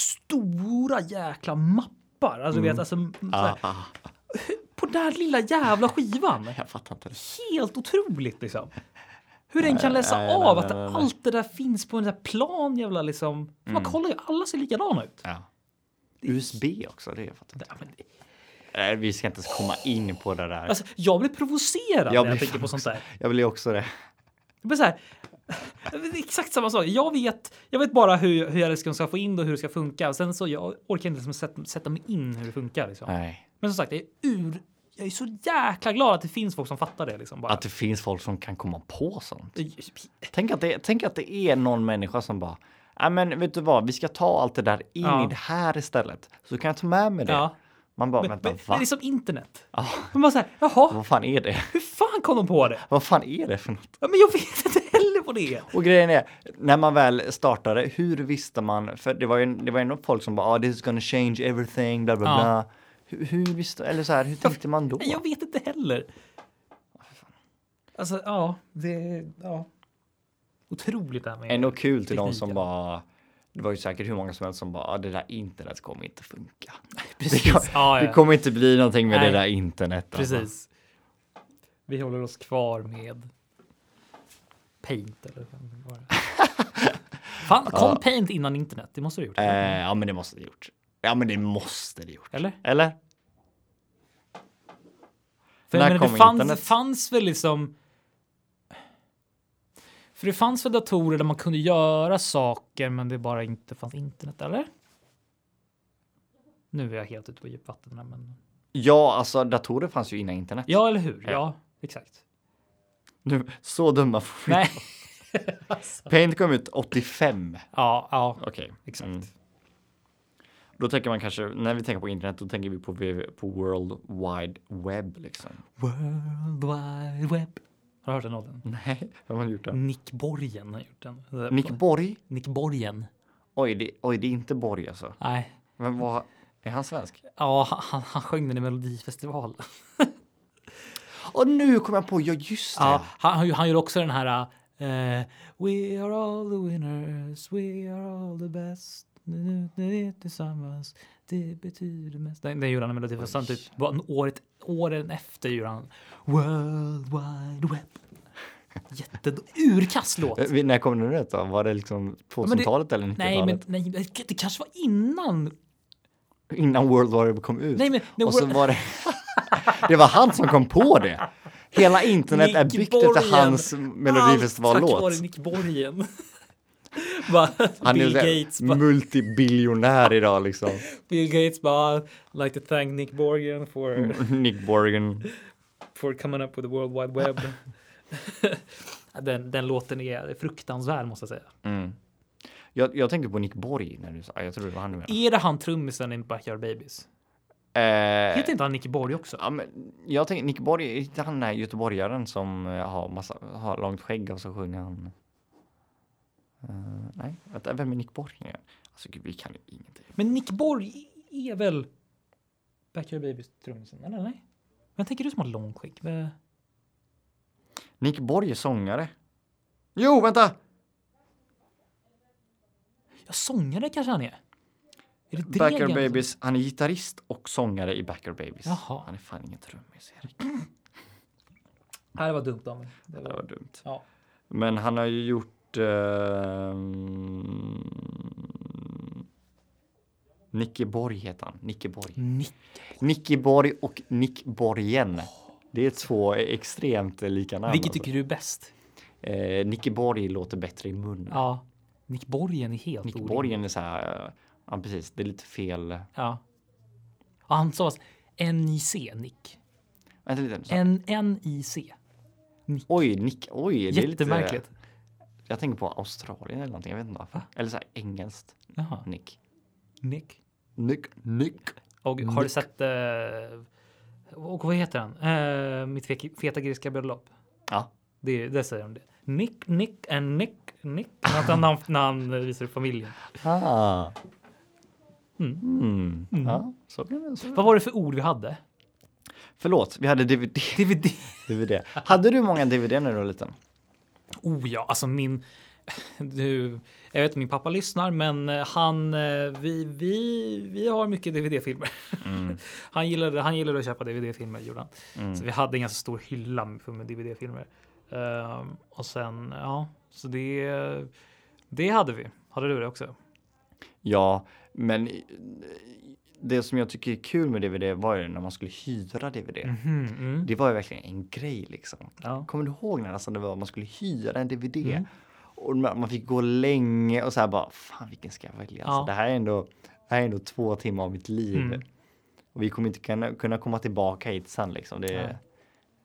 Speaker 3: stora jäkla mappar. Alltså, du vet, alltså, så här,
Speaker 1: Ah, ah,
Speaker 3: på den här lilla jävla skivan.
Speaker 1: jag fattar inte. det.
Speaker 3: Helt otroligt liksom. Hur den kan läsa
Speaker 1: Nej, nej,
Speaker 3: av
Speaker 1: nej,
Speaker 3: att
Speaker 1: nej, nej. Mm.
Speaker 3: allt det där finns på en där plan jävla liksom. Man kollar ju, alla ser likadana ut.
Speaker 1: Ja. USB också, det jag fattar inte.
Speaker 3: Ja, men,
Speaker 1: Nej, vi ska inte ens komma in på det där.
Speaker 3: alltså, jag blir provocerad
Speaker 1: Jag
Speaker 3: när jag
Speaker 1: blir
Speaker 3: tänker på sånt där.
Speaker 1: Jag vill ju också det.
Speaker 3: Det blir så här, det är exakt samma sak. Jag vet, jag vet bara hur, hur jag ska få in det och hur det ska funka. Sen så jag orkar inte liksom sätta, sätta mig in hur det funkar. Liksom.
Speaker 1: Nej.
Speaker 3: Men som sagt, jag är, ur, jag är så jäkla glad att det finns folk som fattar det. Liksom, bara.
Speaker 1: Att det finns folk som kan komma på sånt.
Speaker 3: Ja,
Speaker 1: Tänk att det, tänk att det är någon människa som bara, nej men vet du vad, vi ska ta allt det där in
Speaker 3: Ja.
Speaker 1: i det här istället. Så kan jag ta med mig det. Man bara,
Speaker 3: men, men,
Speaker 1: vänta,
Speaker 3: men det
Speaker 1: va?
Speaker 3: är som internet.
Speaker 1: Ja.
Speaker 3: Man bara så här, jaha,
Speaker 1: Vad fan är det?
Speaker 3: hur fan kom de på det?
Speaker 1: Vad fan är det för något?
Speaker 3: Ja, men jag vet inte heller vad det är.
Speaker 1: Och grejen är, när man väl startade, hur visste man? För det var ju, det var ju nog folk som bara, ah, this is gonna change everything, bla bla
Speaker 3: Ja.
Speaker 1: bla. Hur, hur visste, eller så här, hur tänkte man då?
Speaker 3: Nej, Jag vet inte heller. Alltså, ja, det, ja. Otroligt det här med
Speaker 1: Ändå kul till de som
Speaker 3: tekniken.
Speaker 1: bara, det var ju säkert hur många som helst som bara, ah, det där internet kommer inte funka.
Speaker 3: Precis.
Speaker 1: Det, kom,
Speaker 3: Ja, ja.
Speaker 1: det kommer inte bli någonting med
Speaker 3: Nej.
Speaker 1: det där internet. alltså.
Speaker 3: Precis. Vi håller oss kvar med Paint eller vad det var. Fan, kom Paint innan internet? Det måste du ha gjort. eller?
Speaker 1: Eh, ja, men det måste det gjort. Ja, men det måste det gjort.
Speaker 3: Eller?
Speaker 1: Eller?
Speaker 3: För
Speaker 1: när
Speaker 3: jag menar, det
Speaker 1: kom
Speaker 3: fanns, det
Speaker 1: internet?
Speaker 3: fanns väl liksom... För det fanns väl datorer där man kunde göra saker men det bara inte fanns internet, eller? Nu är jag helt ute på djupvatten här, men...
Speaker 1: Ja, alltså datorer fanns ju innan internet.
Speaker 3: Ja, eller hur?
Speaker 1: Ja.
Speaker 3: Ja. Exakt.
Speaker 1: Nu, så dumma får vi
Speaker 3: Nej.
Speaker 1: Paint kom ut 85.
Speaker 3: Ja, ja,
Speaker 1: Okej.
Speaker 3: exakt.
Speaker 1: Mm. Då tänker man kanske, när vi tänker på internet, då tänker vi på, v- på World Wide Web liksom.
Speaker 3: World Wide Web. Har du hört den låten?
Speaker 1: Nej, har man gjort det?
Speaker 3: Nick Borgen har gjort den.
Speaker 1: Mm.
Speaker 3: Eh,
Speaker 1: Nick Borg?
Speaker 3: Nick Borgen.
Speaker 1: Oj, det, oj, det är inte Borg alltså.
Speaker 3: Nej,
Speaker 1: Men vad, är han svensk?
Speaker 3: ja, han, han sjöng den i Melodifestivalen.
Speaker 1: Och nu kom jag på, ja just det.
Speaker 3: Ja, han, han gör också den här eh, We are all the winners, we are all the best. Nu när vi är tillsammans, det betyder mest. Den, den gjorde han i Melodifestivalen typ bara året, åren efter gjorde han World Wide Web. Jätte urkass låt.
Speaker 1: Eh, vi- När kom den ut då? Var det liksom 2000-talet eller 90-talet?
Speaker 3: Nej, men nej, det kanske var innan.
Speaker 1: Innan World War Web kom ut?
Speaker 3: Nej, men när
Speaker 1: Och så
Speaker 3: World-
Speaker 1: var det... det var han som kom på det! Hela internet är
Speaker 3: Nick
Speaker 1: byggt
Speaker 3: Borgen.
Speaker 1: efter hans
Speaker 3: Allt tack
Speaker 1: Melodifestivallåt.
Speaker 3: vare Nick Borgen. bara,
Speaker 1: Han
Speaker 3: Bill
Speaker 1: är
Speaker 3: Gates
Speaker 1: Gates,
Speaker 3: bara,
Speaker 1: multibiljonär idag liksom.
Speaker 3: Bill Gates bara like to thank Nick Borgen for
Speaker 1: Mm. Nick Borgen.
Speaker 3: for coming up with the World Wide Web. den, den låten är fruktansvärd måste jag säga.
Speaker 1: Mm. Jag, jag tänkte på Nick Borg när du sa, jag tror det var han du menade.
Speaker 3: Är det han trummisen i Backyard Babies?
Speaker 1: Eh,
Speaker 3: Heter inte han Nick Borg också?
Speaker 1: ja, men jag tänkte, Nick Borg, är inte han den här göteborgaren som eh, har, massa, har långt skägg och så sjunger han? Eh, nej, vänta, vem är Nick Borg? nu igen? Alltså gud, vi kan ju ingenting.
Speaker 3: Men Nick Borg är väl Backyard Babies trummisen? Eller nej? Men tänker du som har långskägg? Eh,
Speaker 1: Nick Borg är sångare. Jo, vänta!
Speaker 3: Ja, sångare kanske han är. Är det det
Speaker 1: Backyard
Speaker 3: gamla-
Speaker 1: Babies, han är gitarrist och sångare i Backyard Babies.
Speaker 3: Jaha.
Speaker 1: Han är fan ingen trummis, Erik.
Speaker 3: Nej, det var dumt av mig. Det
Speaker 1: Det
Speaker 3: var...
Speaker 1: var dumt.
Speaker 3: Ja.
Speaker 1: Men han har ju gjort eh, Nicke Borg heter han. Nicke Borg.
Speaker 3: Nick.
Speaker 1: Nicke Borg och Nick Borgen. Det är två extremt lika namn.
Speaker 3: Vilket
Speaker 1: alltså.
Speaker 3: tycker du är bäst?
Speaker 1: eh, Nicke Borg låter bättre i munnen.
Speaker 3: Ja. Nick Borgen är helt
Speaker 1: Nick
Speaker 3: orimlig.
Speaker 1: Borgen är så här. eh, Ja, precis. Det är lite fel.
Speaker 3: Ja. Och han stavas NIC, Nick.
Speaker 1: Vänta lite. Så.
Speaker 3: N- NIC.
Speaker 1: Oj, Nick. Oj, det är lite.
Speaker 3: Jättemärkligt.
Speaker 1: Jag tänker på Australien eller någonting. Jag vet inte varför. Eller så här engelskt.
Speaker 3: Jaha.
Speaker 1: Nick.
Speaker 3: Nick.
Speaker 1: Nick. Nick.
Speaker 3: Och har du sett... Eh, och vad heter han? Eh, mitt fe- feta grekiska bröllop.
Speaker 1: Ja,
Speaker 3: Det, det säger de det. Nick, Nick and Nick, Nick. När han, när han, när han visar upp familjen.
Speaker 1: Ah. Mm. Ja, så kan det så.
Speaker 3: Vad var det för ord vi hade?
Speaker 1: Förlåt, vi hade DVD.
Speaker 3: DVD.
Speaker 1: DVD. Hade du många DVD när du var liten?
Speaker 3: Oh ja, alltså min... Du, jag vet att min pappa lyssnar, men eh, han... eh, Vi, vi, vi har mycket DVD-filmer. Han, gillade, han gillade att köpa DVD-filmer, gjorde han. Så vi hade en ganska stor hylla med med DVD-filmer. Ehm, och sen, ja, så det... Det hade vi. Hade du det också?
Speaker 1: Ja, men eh, det som jag tycker är kul med DVD var ju när man skulle hyra DVD. Det var ju verkligen en grej liksom.
Speaker 3: Mhm, mm. Ja. Mm.
Speaker 1: Kommer du ihåg när alltså, det var man skulle hyra en DVD? Och man man fick gå länge och så här bara, fan vilken ska jag välja? Alltså,
Speaker 3: Ja. Mm.
Speaker 1: det, här är ändå, det här är ändå två timmar av mitt liv. Och vi kommer inte kunna, kunna komma tillbaka hit sen liksom. Det är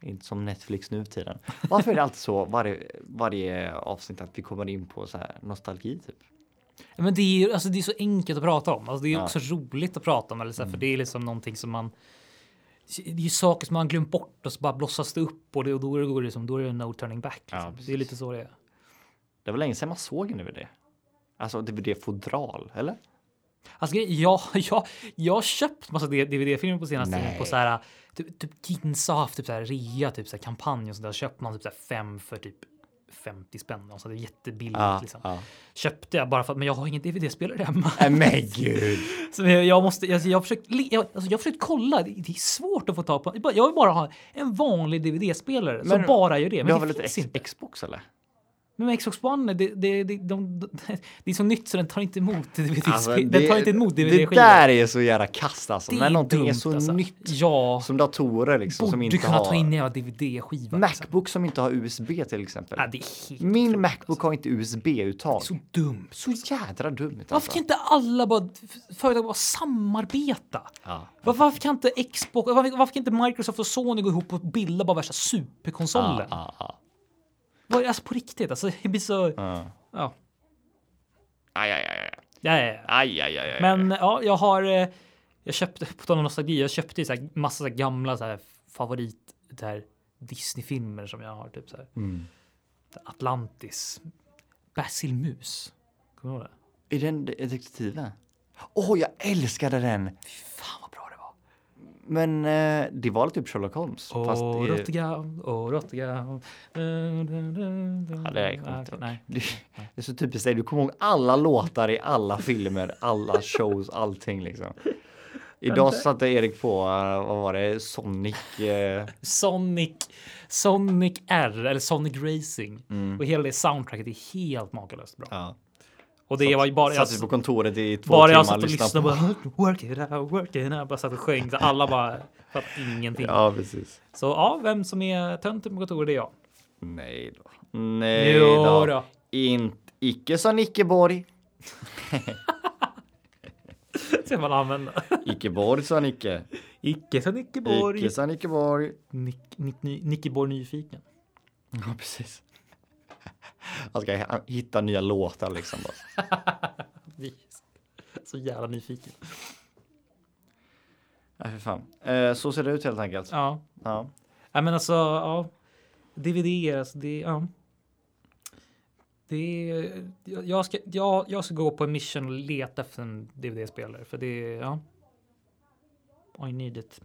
Speaker 1: inte som Netflix nu för tiden. Varför är det alltid så varje, varje avsnitt att vi kommer in på så här nostalgi typ?
Speaker 3: Men det är ju alltså det är så enkelt att prata om. Alltså det är också roligt att prata om. Eller så
Speaker 1: Mm.
Speaker 3: här, För det är liksom någonting som man... Det är ju saker som man glömt bort och så bara blossas det upp och, det, och då, är det, då, är det som, då är det no turning back. Liksom.
Speaker 1: Ja,
Speaker 3: det är lite så det är.
Speaker 1: Det var länge sedan man såg en DVD. Alltså DVD-fodral, eller?
Speaker 3: Alltså, grej- jag, jag, jag har köpt massa D- DVD-filmer på senaste tiden
Speaker 1: Nej.
Speaker 3: på så här typ, typ Ginsa har haft typ så här rea, typ så här kampanj och så där. Köpt man typ så här fem för typ 50 spänn. Alltså det är jättebilligt liksom. Köpte jag bara för att, men jag har ingen DVD-spelare hemma.
Speaker 1: Nej, Men gud!
Speaker 3: Så jag, jag måste, jag, jag har försökt, le- jag, alltså jag har försökt kolla, det, det är svårt att få tag på. Jag vill bara- Jag vill bara ha en vanlig DVD-spelare som
Speaker 1: Men
Speaker 3: bara gör det.
Speaker 1: Du har väl
Speaker 3: Men det
Speaker 1: ett
Speaker 3: finns
Speaker 1: ex-
Speaker 3: inte.
Speaker 1: Xbox eller?
Speaker 3: Men med Xbox One, det, det, det, de, de, det är så nytt så den tar inte emot dvd
Speaker 1: Alltså,
Speaker 3: Den tar inte emot
Speaker 1: det
Speaker 3: DVD-skivor.
Speaker 1: där är så jävla kast alltså.
Speaker 3: Det
Speaker 1: När någonting är
Speaker 3: dumt,
Speaker 1: så
Speaker 3: alltså.
Speaker 1: nytt
Speaker 3: Ja,
Speaker 1: som datorer liksom som
Speaker 3: borde
Speaker 1: inte
Speaker 3: du kunna
Speaker 1: har.
Speaker 3: ta in en jävla DVD-skiva. liksom.
Speaker 1: Macbook som inte har USB till exempel.
Speaker 3: Ja, det är helt
Speaker 1: Min
Speaker 3: otroligt,
Speaker 1: Macbook har inte USB-uttag.
Speaker 3: alltså. Så dumt.
Speaker 1: Så jädra dumt
Speaker 3: Varför
Speaker 1: alltså.
Speaker 3: kan inte alla bara, f- företag bara samarbeta?
Speaker 1: Ja.
Speaker 3: Varför, varför kan inte Xbox, varför, varför kan inte Microsoft och Sony gå ihop och bilda bara värsta superkonsolen?
Speaker 1: Ja, ja,
Speaker 3: Vad- Alltså på riktigt, alltså det blir så...
Speaker 1: ja.
Speaker 3: Ja.
Speaker 1: Aj, aj, aj, aj.
Speaker 3: Ja, ja, ja.
Speaker 1: aj, aj, aj, aj.
Speaker 3: Men ja, jag har... eh, Jag köpte, på tal om nostalgi, jag köpte ju så här massa så här gamla så här favorit så här Disney-filmer som jag har. Typ så här.
Speaker 1: Mm.
Speaker 3: Atlantis. Basil Mus. Kommer du ihåg det?
Speaker 1: Är den detektiven? Åh, jag älskade den!
Speaker 3: Fan vad bra det var.
Speaker 1: Men eh, det var typ Sherlock Holmes. fast
Speaker 3: Åh,
Speaker 1: det-
Speaker 3: Rotterdam, åh, Rotterdam.
Speaker 1: Ja, det här kommer jag inte ihåg.
Speaker 3: Nej.
Speaker 1: Det, det är så typiskt dig. Du kommer ihåg alla låtar i alla filmer, alla shows, allting liksom. Idag satte Erik på, eh, vad var det, Sonic? Eh,
Speaker 3: Sonic, Sonic R eller Sonic Racing och hela det soundtracket är helt makalöst bra.
Speaker 1: Mm. ja.
Speaker 3: Och det var ju bara jag,
Speaker 1: Satt vi på kontoret i två
Speaker 3: bara
Speaker 1: timmar
Speaker 3: jag satt och lyssnade och bara work it out, work it out, bara satt och sjöng så alla bara fattade ingenting.
Speaker 1: Ja, precis.
Speaker 3: Så ja, vem som är tönten på kontoret det är jag.
Speaker 1: Nej då. Nej
Speaker 3: Jo
Speaker 1: då.
Speaker 3: då.
Speaker 1: In, icke sa Nickeborg.
Speaker 3: Ska man använda.
Speaker 1: Ickeborg sa Nicke.
Speaker 3: Icke så Nickeborg.
Speaker 1: Icke sa Nickeborg.
Speaker 3: Nick- Nick- Ny- Nickeborg nyfiken.
Speaker 1: Ja, precis. Han ska h- hitta nya låtar liksom. Bara.
Speaker 3: Så jävla nyfiken.
Speaker 1: Nej, för fan. Eh, så ser det ut helt enkelt.
Speaker 3: Ja,
Speaker 1: Ja.
Speaker 3: ja men alltså ja. DVD, alltså det, ja. Det är, jag- jag, ska, jag, jag ska gå på en mission och leta efter en DVD-spelare för det, ja. I need it.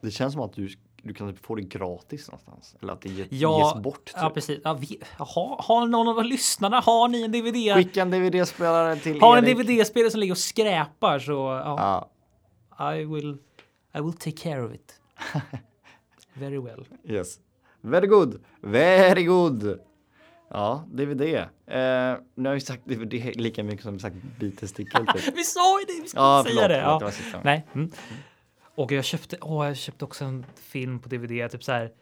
Speaker 1: Det känns som att du, du kan typ få det gratis någonstans. Eller att det ge,
Speaker 3: Ja,
Speaker 1: ges bort. Typ.
Speaker 3: Ja, precis. Ja, vi, har, har någon av lyssnarna, har ni en DVD?
Speaker 1: Skicka en DVD-spelare till
Speaker 3: Har en
Speaker 1: Erik.
Speaker 3: DVD-spelare som ligger och skräpar så ja,
Speaker 1: Ja,
Speaker 3: I will, I will take care of it. Very well.
Speaker 1: yes. Very good. Very good. Ja, DVD. Eh, nu har vi sagt DVD lika mycket som vi sagt bitestickor. Typ.
Speaker 3: Vi sa ju det, vi skulle
Speaker 1: Ja,
Speaker 3: säga
Speaker 1: förlåt.
Speaker 3: det.
Speaker 1: förlåt
Speaker 3: ja.
Speaker 1: det var sista.
Speaker 3: Nej. Mm. Och jag köpte, åh, jag köpte också en film på DVD, typ så här.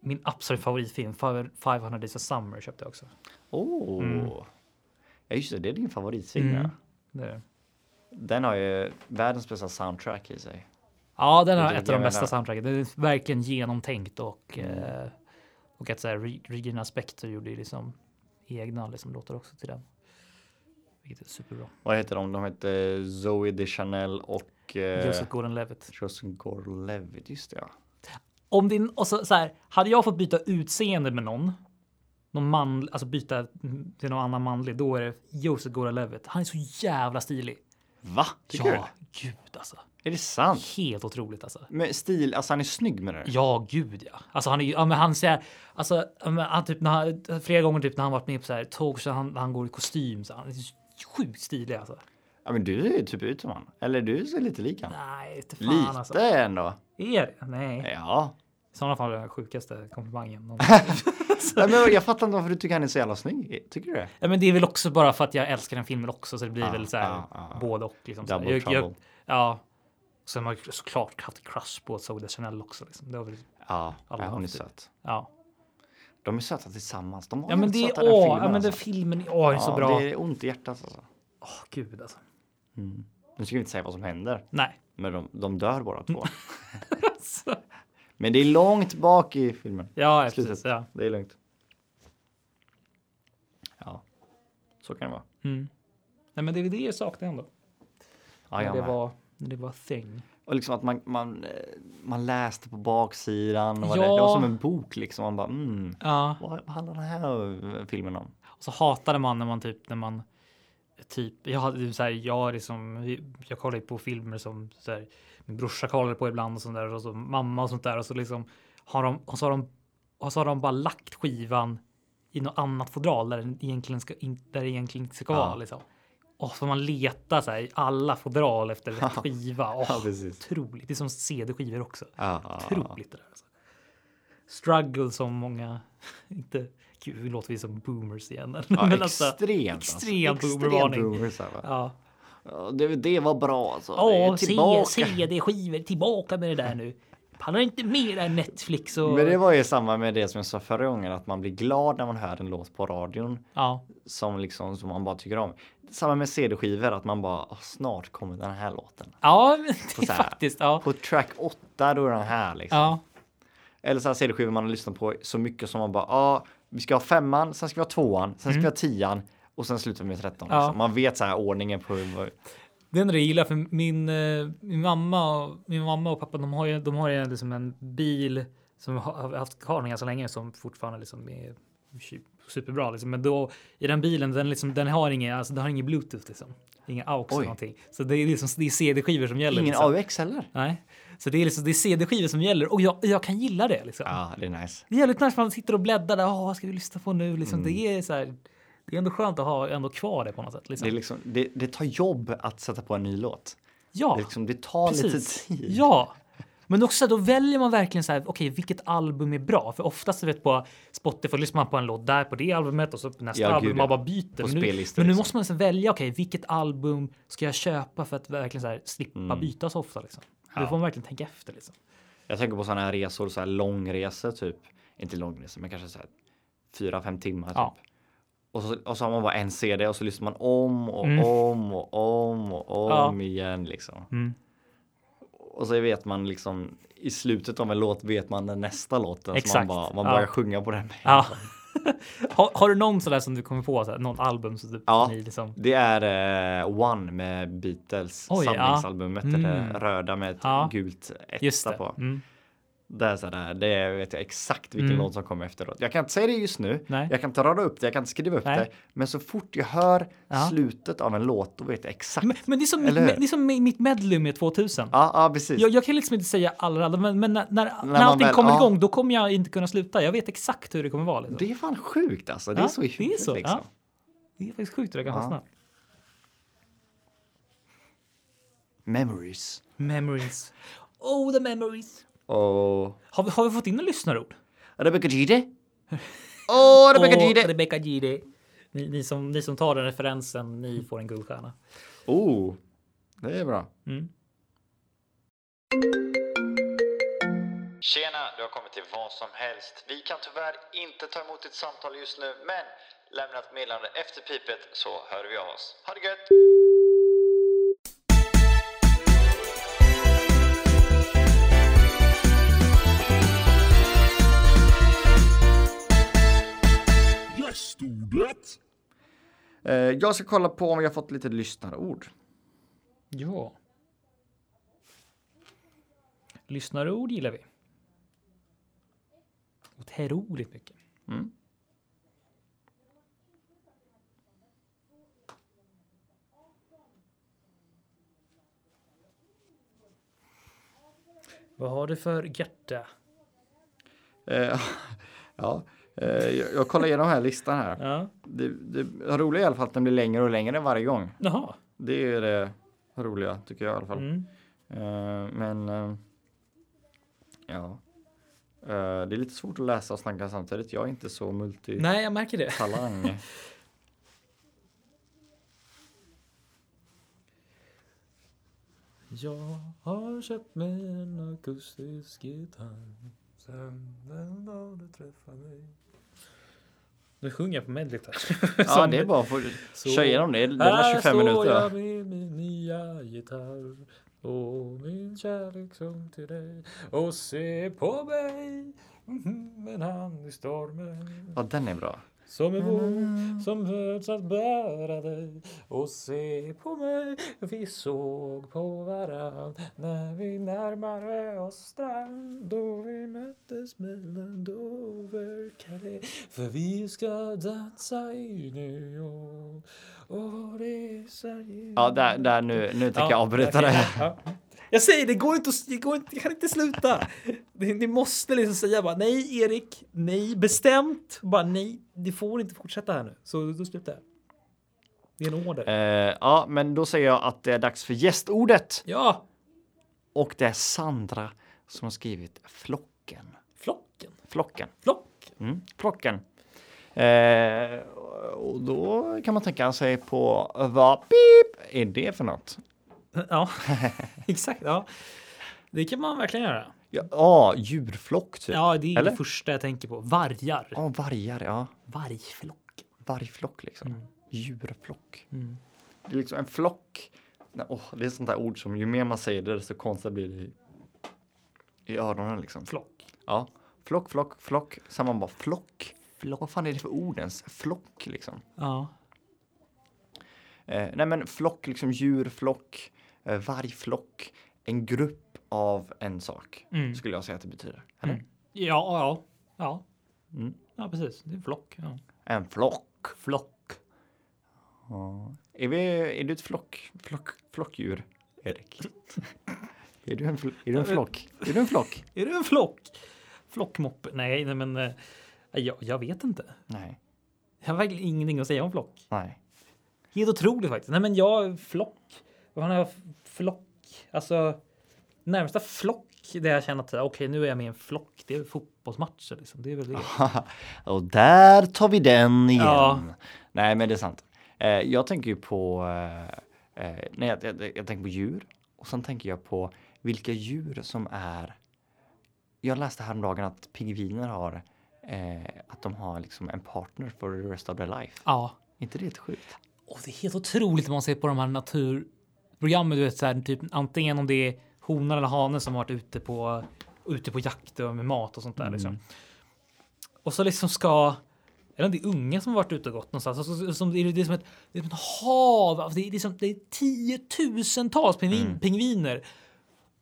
Speaker 3: Min absolut favoritfilm, Five- 500 Days of Summer, köpte jag också.
Speaker 1: Åh. Ja, just det. Det är din favoritfilm.
Speaker 3: Mm.
Speaker 1: Ja.
Speaker 3: Det är det.
Speaker 1: Den har ju världens bästa soundtrack i sig.
Speaker 3: Ja, den
Speaker 1: Det
Speaker 3: har
Speaker 1: tycker
Speaker 3: ett av
Speaker 1: jag
Speaker 3: de bästa
Speaker 1: menar.
Speaker 3: soundtracken. Det är verkligen genomtänkt och
Speaker 1: Mm.
Speaker 3: eh, och att så här, Re- Regina Spektor gjorde ju liksom egna liksom låtar också till den. Vilket är superbra.
Speaker 1: Vad heter de? De heter Zoe DeChanel och eh,
Speaker 3: Joseph Gordon-Levitt.
Speaker 1: Joseph Gordon-Levitt. Just det, ja.
Speaker 3: Om din, och så, så här, hade jag fått byta utseende med någon, någon man, alltså byta till någon annan manlig, då är det Joseph Gordon-Levitt. Han är så jävla stilig.
Speaker 1: Va? Tycker
Speaker 3: ja,
Speaker 1: ja.
Speaker 3: gud alltså.
Speaker 1: Är det sant?
Speaker 3: Helt otroligt alltså.
Speaker 1: Men stil, alltså han är snygg med det.
Speaker 3: Ja, gud ja. Alltså han är ju, ja, men han ser, alltså ja, men han typ när han, flera gånger typ när han varit med på så här tåg så han, han går i kostym så han är så sjukt stilig alltså.
Speaker 1: Ja, men du ser ju typ ut som han. Eller du ser lite lik han.
Speaker 3: Nej, inte fan
Speaker 1: Lite
Speaker 3: alltså.
Speaker 1: ändå.
Speaker 3: Är det? Nej.
Speaker 1: Ja.
Speaker 3: I sådana fall är det den sjukaste komplimangen. någon-
Speaker 1: Nej, men jag fattar inte varför du tycker han är så jävla snygg. Tycker du det?
Speaker 3: ja, men det är väl också bara för att jag älskar den filmen också så det blir
Speaker 1: Ah,
Speaker 3: väl så här
Speaker 1: ah, ah.
Speaker 3: både och liksom. Så här.
Speaker 1: Double
Speaker 3: Jag, jag,
Speaker 1: trouble.
Speaker 3: ja. Sen har jag såklart haft crush på Zoe Deschanel också. Liksom. Det var väl,
Speaker 1: Ja,
Speaker 3: Alla
Speaker 1: ja hon är
Speaker 3: haft det.
Speaker 1: söt.
Speaker 3: ja.
Speaker 1: De är söta tillsammans. De har
Speaker 3: ja, men
Speaker 1: jävligt
Speaker 3: det är
Speaker 1: söta, den
Speaker 3: åh,
Speaker 1: filmen,
Speaker 3: ja, men den
Speaker 1: alltså.
Speaker 3: filmen är, åh, den är så
Speaker 1: Ja,
Speaker 3: bra.
Speaker 1: Det är ont i hjärtat alltså.
Speaker 3: Åh, gud alltså.
Speaker 1: Nu ska vi inte säga vad som händer.
Speaker 3: Nej.
Speaker 1: Men de, de dör bara två. men det är långt bak i filmen.
Speaker 3: Ja,
Speaker 1: Slutet.
Speaker 3: precis. Ja.
Speaker 1: Det är lugnt. Ja, så kan det vara.
Speaker 3: Mm. Nej, men det är det jag saknar ändå.
Speaker 1: Ja, jag
Speaker 3: det,
Speaker 1: med.
Speaker 3: var, det var thing.
Speaker 1: Och liksom att man, man, eh, man läste på baksidan. Och vad det,
Speaker 3: Ja.
Speaker 1: det var som en bok liksom. Man bara, mm,
Speaker 3: Ja.
Speaker 1: vad, vad handlar den här eh, filmen om?
Speaker 3: Och så hatade man när man typ när man typ jag hade ju så här jag liksom jag kollade ju på filmer som så här, min brorsa kollade på ibland och sånt där och så mamma och sånt där och så liksom har de och så har de och så har de bara lagt skivan i något annat fodral där den egentligen ska in, där det egentligen inte ska
Speaker 1: Ja.
Speaker 3: vara liksom. Och så får man leta så här i alla fodral efter rätt skiva. Åh,
Speaker 1: Ja, precis.
Speaker 3: otroligt. Det är som CD-skivor också.
Speaker 1: Ja, ja, ja.
Speaker 3: Otroligt det där. Alltså. Struggle som många inte, gud, hur låter vi som boomers igen?
Speaker 1: Ja,
Speaker 3: Men alltså,
Speaker 1: extremt.
Speaker 3: extrem boomervarning.
Speaker 1: boomers här, va?
Speaker 3: ja.
Speaker 1: Ja, det, det var bra alltså. det
Speaker 3: Ja,
Speaker 1: är tillbaka.
Speaker 3: CD-skivor tillbaka med det där nu. Pallar inte mer än Netflix och...
Speaker 1: Men det var ju samma med det som jag sa förra gången, att man blir glad när man hör en låt på radion
Speaker 3: Ja,
Speaker 1: som liksom som man bara tycker om. Samma med CD-skivor, att man bara "Ah, snart kommer den här låten.
Speaker 3: ja
Speaker 1: Och
Speaker 3: det
Speaker 1: så
Speaker 3: är
Speaker 1: här.
Speaker 3: faktiskt. Ja,
Speaker 1: På track 8 då är den här liksom.
Speaker 3: ja,
Speaker 1: Eller så här CD-skivor man har lyssnat på så mycket som man bara, ja, ah, vi ska ha femman, sen ska vi ha tvåan, sen ska vi ha tian och sen slutar vi med tretton.
Speaker 3: Mm. Ja.
Speaker 1: Liksom. Man vet så här ordningen på hur... vad-
Speaker 3: det är det jag gillar för min, eh, min mamma och min mamma och pappa. De har ju, de har ju liksom en bil som har har haft har den ganska länge som fortfarande liksom är tju- superbra liksom. Men då i den bilen, den liksom, den har ingen, alltså den har ingen bluetooth liksom. Ingen aux eller
Speaker 1: Oj.
Speaker 3: någonting. Så det är liksom det är CD-skivor som gäller.
Speaker 1: Ingen
Speaker 3: liksom.
Speaker 1: AUX heller.
Speaker 3: Nej, så det är liksom det är CD-skivor som gäller och jag, jag kan gilla det liksom.
Speaker 1: Ja, det är nice.
Speaker 3: Det är jävligt nice man sitter och bläddrar där. "Åh, vad ska vi lyssna på nu? Liksom, Det är så här. Det är ändå skönt att ha ändå kvar det på något sätt. Liksom.
Speaker 1: Mm. Det, är liksom, det, det tar jobb att sätta på en ny låt.
Speaker 3: ja,
Speaker 1: Det, är liksom, det tar
Speaker 3: precis.
Speaker 1: lite tid.
Speaker 3: Ja, men också så här, då väljer man verkligen så här. Okej, vilket album är bra? För oftast du vet på Spotify lyssnar man på en låt där på det albumet och så på nästa
Speaker 1: Ja,
Speaker 3: album.
Speaker 1: gud,
Speaker 3: man
Speaker 1: ja.
Speaker 3: bara byter.
Speaker 1: På
Speaker 3: men nu, men nu
Speaker 1: spellistor, liksom.
Speaker 3: måste man liksom välja. Okej, vilket album ska jag köpa för att verkligen så här, slippa byta så ofta? Liksom. Då
Speaker 1: Mm. Ja.
Speaker 3: får man verkligen tänka efter. Liksom.
Speaker 1: Jag tänker på sådana här resor, så här långresor typ. Inte långresor, men kanske så här fyra, fem timmar. Typ.
Speaker 3: Ja.
Speaker 1: Och, så, och så har man bara en CD och så lyssnar man om och
Speaker 3: Mm.
Speaker 1: om och om och
Speaker 3: Ja.
Speaker 1: om igen liksom.
Speaker 3: Mm.
Speaker 1: Och så vet man liksom i slutet av en låt vet man den nästa låten. Så
Speaker 3: Exakt.
Speaker 1: man, bara, man
Speaker 3: Ja.
Speaker 1: börjar sjunga på den.
Speaker 3: Ja. har, har du någon sådär som du kommer på? Såhär, någon album som du
Speaker 1: Ja.
Speaker 3: ni liksom?
Speaker 1: Det är eh, One med Beatles
Speaker 3: Oj, ja.
Speaker 1: samlingsalbumet.
Speaker 3: Mm.
Speaker 1: Det röda med ett
Speaker 3: Ja.
Speaker 1: gult etta
Speaker 3: Just det.
Speaker 1: på.
Speaker 3: Mm.
Speaker 1: Där, så där, det vet jag exakt vilken
Speaker 3: Mm.
Speaker 1: låt som kommer efteråt. Jag kan inte säga det just nu.
Speaker 3: Nej.
Speaker 1: Jag kan inte rada upp det, jag kan inte skriva upp
Speaker 3: Nej.
Speaker 1: det. Men så fort jag hör
Speaker 3: Ja.
Speaker 1: slutet av en låt, då vet jag exakt.
Speaker 3: Men, men det är som, mitt,
Speaker 1: Eller hur?
Speaker 3: det är som mi- mitt medley med 2000.
Speaker 1: Ja, ja, precis.
Speaker 3: Jag, jag kan liksom inte säga alla, alla men, men när, när, när
Speaker 1: man
Speaker 3: allting
Speaker 1: väl-
Speaker 3: kommer
Speaker 1: ja.
Speaker 3: igång då kommer jag inte kunna sluta. Jag vet exakt hur det kommer vara. Liksom. Det,
Speaker 1: Det är fan sjukt alltså. Det
Speaker 3: Ja,
Speaker 1: är så
Speaker 3: det
Speaker 1: i
Speaker 3: är
Speaker 1: huvudet
Speaker 3: så, ja.
Speaker 1: liksom.
Speaker 3: är faktiskt sjukt hur det kan
Speaker 1: Ja.
Speaker 3: fastna.
Speaker 1: Memories.
Speaker 3: Memories. Oh, the memories.
Speaker 1: Och...
Speaker 3: Har vi, har vi fått in en lyssnarord?
Speaker 1: Rebecca Gide. Åh, Rebecca
Speaker 3: Åh,
Speaker 1: Gide!
Speaker 3: Rebecca Gide. Ni, ni, som, ni som tar den referensen, ni får en guldstjärna.
Speaker 1: Oh, det är bra.
Speaker 3: Mm.
Speaker 6: Tjena, du har kommit till vad som helst. Vi kan tyvärr inte ta emot ditt samtal just nu, men lämna ett meddelande efter pipet så hör vi av oss. Ha det gött!
Speaker 1: Eh, jag ska kolla på om jag fått lite lyssnarord.
Speaker 3: Ja. Lyssnarord gillar vi. Otroligt mycket. Vad har du för hjärta?
Speaker 1: Eh, ja, eh, jag, jag kollar igenom här listan här.
Speaker 3: Ja.
Speaker 1: Det, det roliga i alla fall att den blir längre och längre varje gång.
Speaker 3: Jaha.
Speaker 1: Det är det roliga tycker jag i alla fall.
Speaker 3: Mm.
Speaker 1: Eh, men eh, ja, Eh, det är lite svårt att läsa och snacka samtidigt. Jag är inte så multitalang.
Speaker 3: Nej, jag märker det. Jag har köpt mig en akustisk gitarr sen den dag du träffade mig. Nu sjunger jag på medlet här.
Speaker 1: ja, det är bara att få
Speaker 3: Så-
Speaker 1: köra igenom det. Det var 25 minuter.
Speaker 3: Här står jag med min nya gitarr och min kärlek som till dig och se på mig mhm, en hand i stormen
Speaker 1: Ja, den är bra.
Speaker 3: som en våg som föds att bära dig och se på mig vi såg på varann när vi närmade oss strand då vi möttes mellan Dover-Calais för vi ska dansa i New York och resa genom
Speaker 1: Ja, där, där nu, nu tänker jag avbryta det här.
Speaker 3: Ja. Jag säger det går inte att, det går inte, jag kan inte sluta. Ni, ni måste liksom säga bara nej Erik, nej bestämt, bara nej, det får inte fortsätta här nu. Så då slutar jag. Det är en order.
Speaker 1: Eh, ja, men då säger jag att det är dags för gästordet.
Speaker 3: Ja,
Speaker 1: Och det är Sandra som har skrivit Flocken.
Speaker 3: flocken,
Speaker 1: Flocken.
Speaker 3: flock.
Speaker 1: Mm, plocken. Eh, och då kan man tänka sig på vad pip är det för något?
Speaker 3: Ja, exakt. Ja. Det kan man verkligen göra.
Speaker 1: Ja, ah, djurflock typ. Ja,
Speaker 3: Ja, det är
Speaker 1: Eller?
Speaker 3: det första jag tänker på. Vargar.
Speaker 1: ah, vargar. Ja,
Speaker 3: Vargflock.
Speaker 1: vargflock liksom. Djurflock.
Speaker 3: Mm.
Speaker 1: Det är liksom en flock. Nej, åh, det är sånt där ord som ju mer man säger det desto konstigt blir det i, i öronen liksom.
Speaker 3: Flock.
Speaker 1: Ja, flock, flock, flock. Sen man bara flock. flock. Vad fan är det för ord ens? Flock liksom.
Speaker 3: Ja.
Speaker 1: Eh, nej men flock, liksom djurflock, eh, vargflock, en grupp av en sak
Speaker 3: Mm.
Speaker 1: skulle jag säga att det betyder. Eller?
Speaker 3: Ja, ja, ja.
Speaker 1: Mm.
Speaker 3: Ja, precis. Det är flock. Ja.
Speaker 1: En flock. Flock. Ja. Är, vi, är du ett flock, flock, flockdjur, Erik? är, du en, fl- är du en flock? Är du en flock?
Speaker 3: Är du en flock? Flockmoppe? Nej, nej, men eh, jag, jag vet inte.
Speaker 1: Nej,
Speaker 3: Jag har verkligen ingenting att säga om flock.
Speaker 1: nej.
Speaker 3: Helt otroligt faktiskt. Nej, men jag flock. Vad fan har jag flock? Alltså närmsta flock där jag känner att så här, okej, nu är jag med i en flock. Det är fotbollsmatcher liksom. Det är väl det.
Speaker 1: Och där tar vi den igen.
Speaker 3: Ja.
Speaker 1: Nej, men det är sant. Eh, jag tänker ju på... Eh, eh, nej, jag, jag, jag tänker på djur. Och sen tänker jag på vilka djur som är... Jag läste häromdagen att pingviner har... Eh, att de har liksom en partner for the rest of their life.
Speaker 3: Ja,
Speaker 1: inte det ett sjukt?
Speaker 3: Och det är helt otroligt när man ser på de här naturprogrammen. Du vet, så här, typ, antingen om det är honan eller hanen som har varit ute på, ute på jakt och med mat och sånt där. Liksom. Och så liksom ska... Eller om det är unga som har varit ute och gått någonstans. Alltså, så- som, det, är, det, är som ett, det är som ett hav. av- Det är, det är, som, det är tiotusentals pingvin, pingviner.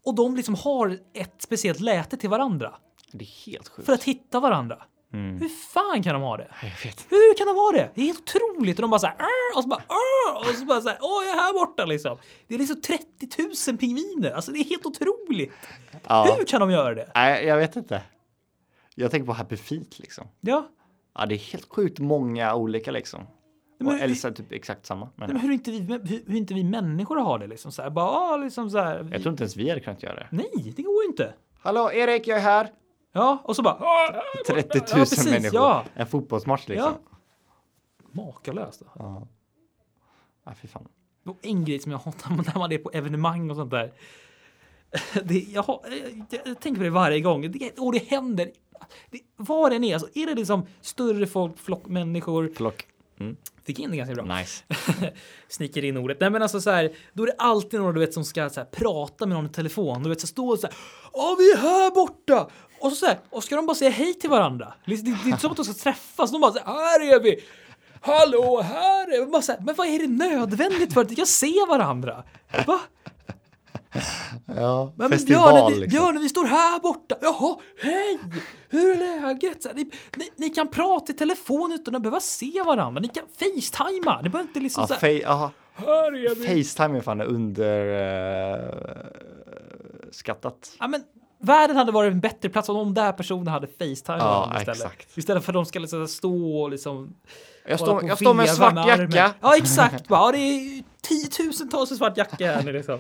Speaker 3: Och de liksom har ett speciellt läte till varandra.
Speaker 1: Det är helt sjukt.
Speaker 3: För att hitta varandra.
Speaker 1: Mm.
Speaker 3: Hur fan kan de ha det?
Speaker 1: Jag vet.
Speaker 3: Hur kan de ha det? Det är helt otroligt. Och de bara så här, "Arr!" och så bara, "Arr!" och så bara så här, åh, jag är här borta liksom. Det är liksom 30 000 pingviner. Alltså det är helt otroligt.
Speaker 1: Ja.
Speaker 3: Hur kan de göra det?
Speaker 1: Nej, jag vet inte. Jag tänker på Happy Feet liksom.
Speaker 3: Ja,
Speaker 1: Ja, det är helt sjukt många olika liksom.
Speaker 3: men
Speaker 1: Och
Speaker 3: hur-
Speaker 1: Elsa är typ exakt samma. Men
Speaker 3: men hur är inte vi, hur, hur är inte vi människor har det liksom så här, bara, "Ah", liksom så här.
Speaker 1: jag
Speaker 3: Vi,
Speaker 1: tror inte ens vi hade kunnat göra det.
Speaker 3: nej, det går ju inte.
Speaker 1: Hallå Erik, jag är här!
Speaker 3: Ja, och så bara, "Ah, jag är borta."
Speaker 1: 30 000
Speaker 3: ja, precis,
Speaker 1: människor.
Speaker 3: Ja,
Speaker 1: En fotbollsmatch liksom. Ja.
Speaker 3: makalöst. alltså.
Speaker 1: Ah, fy fan.
Speaker 3: Och en grej som jag hatar när man är på evenemang och sånt där. Det, jag, har- jag, jag tänker på det varje gång. Det, och det händer. Det, vad den är. Alltså, är det liksom större folk, flock människor.
Speaker 1: Flock. Mm.
Speaker 3: Fick in det ganska bra.
Speaker 1: Nice.
Speaker 3: Snicker in ordet. Nej men alltså så här. Då är det alltid någon du vet som ska så här, prata med någon i telefon. Du vet så står så här. Ja vi är här borta. Och så, så här. Och ska de bara säga hej till varandra. Liksom, Det, det är inte som att de ska träffas. De bara så här. Här är vi. Hallå här är vi. Bara, så här, men vad är det nödvändigt för att vi kan se varandra? Va?
Speaker 1: Ja,
Speaker 3: Men, men
Speaker 1: festival
Speaker 3: Björne, vi,
Speaker 1: liksom.
Speaker 3: Björne, vi står här borta. Jaha, hej! Hur är läget? Så här, ni, ni, ni kan prata i telefon utan att behöva se varandra. Ni kan facetima. Ni behöver inte liksom
Speaker 1: Ja,
Speaker 3: så här,
Speaker 1: Ah, fej- aha,
Speaker 3: här är vi.
Speaker 1: Facetime är fan under... eh, skattat.
Speaker 3: Ja, men, världen hade varit en bättre plats om de där personerna hade facetime
Speaker 1: Ja,
Speaker 3: varandra istället.
Speaker 1: exakt.
Speaker 3: Istället för att de ska liksom stå och liksom...
Speaker 1: Jag
Speaker 3: hålla
Speaker 1: står,
Speaker 3: på och
Speaker 1: jag står med en
Speaker 3: veva
Speaker 1: svart
Speaker 3: armen.
Speaker 1: jacka.
Speaker 3: Ja, exakt. Bara, ja, det är tiotusentals i svart jacka här nu liksom.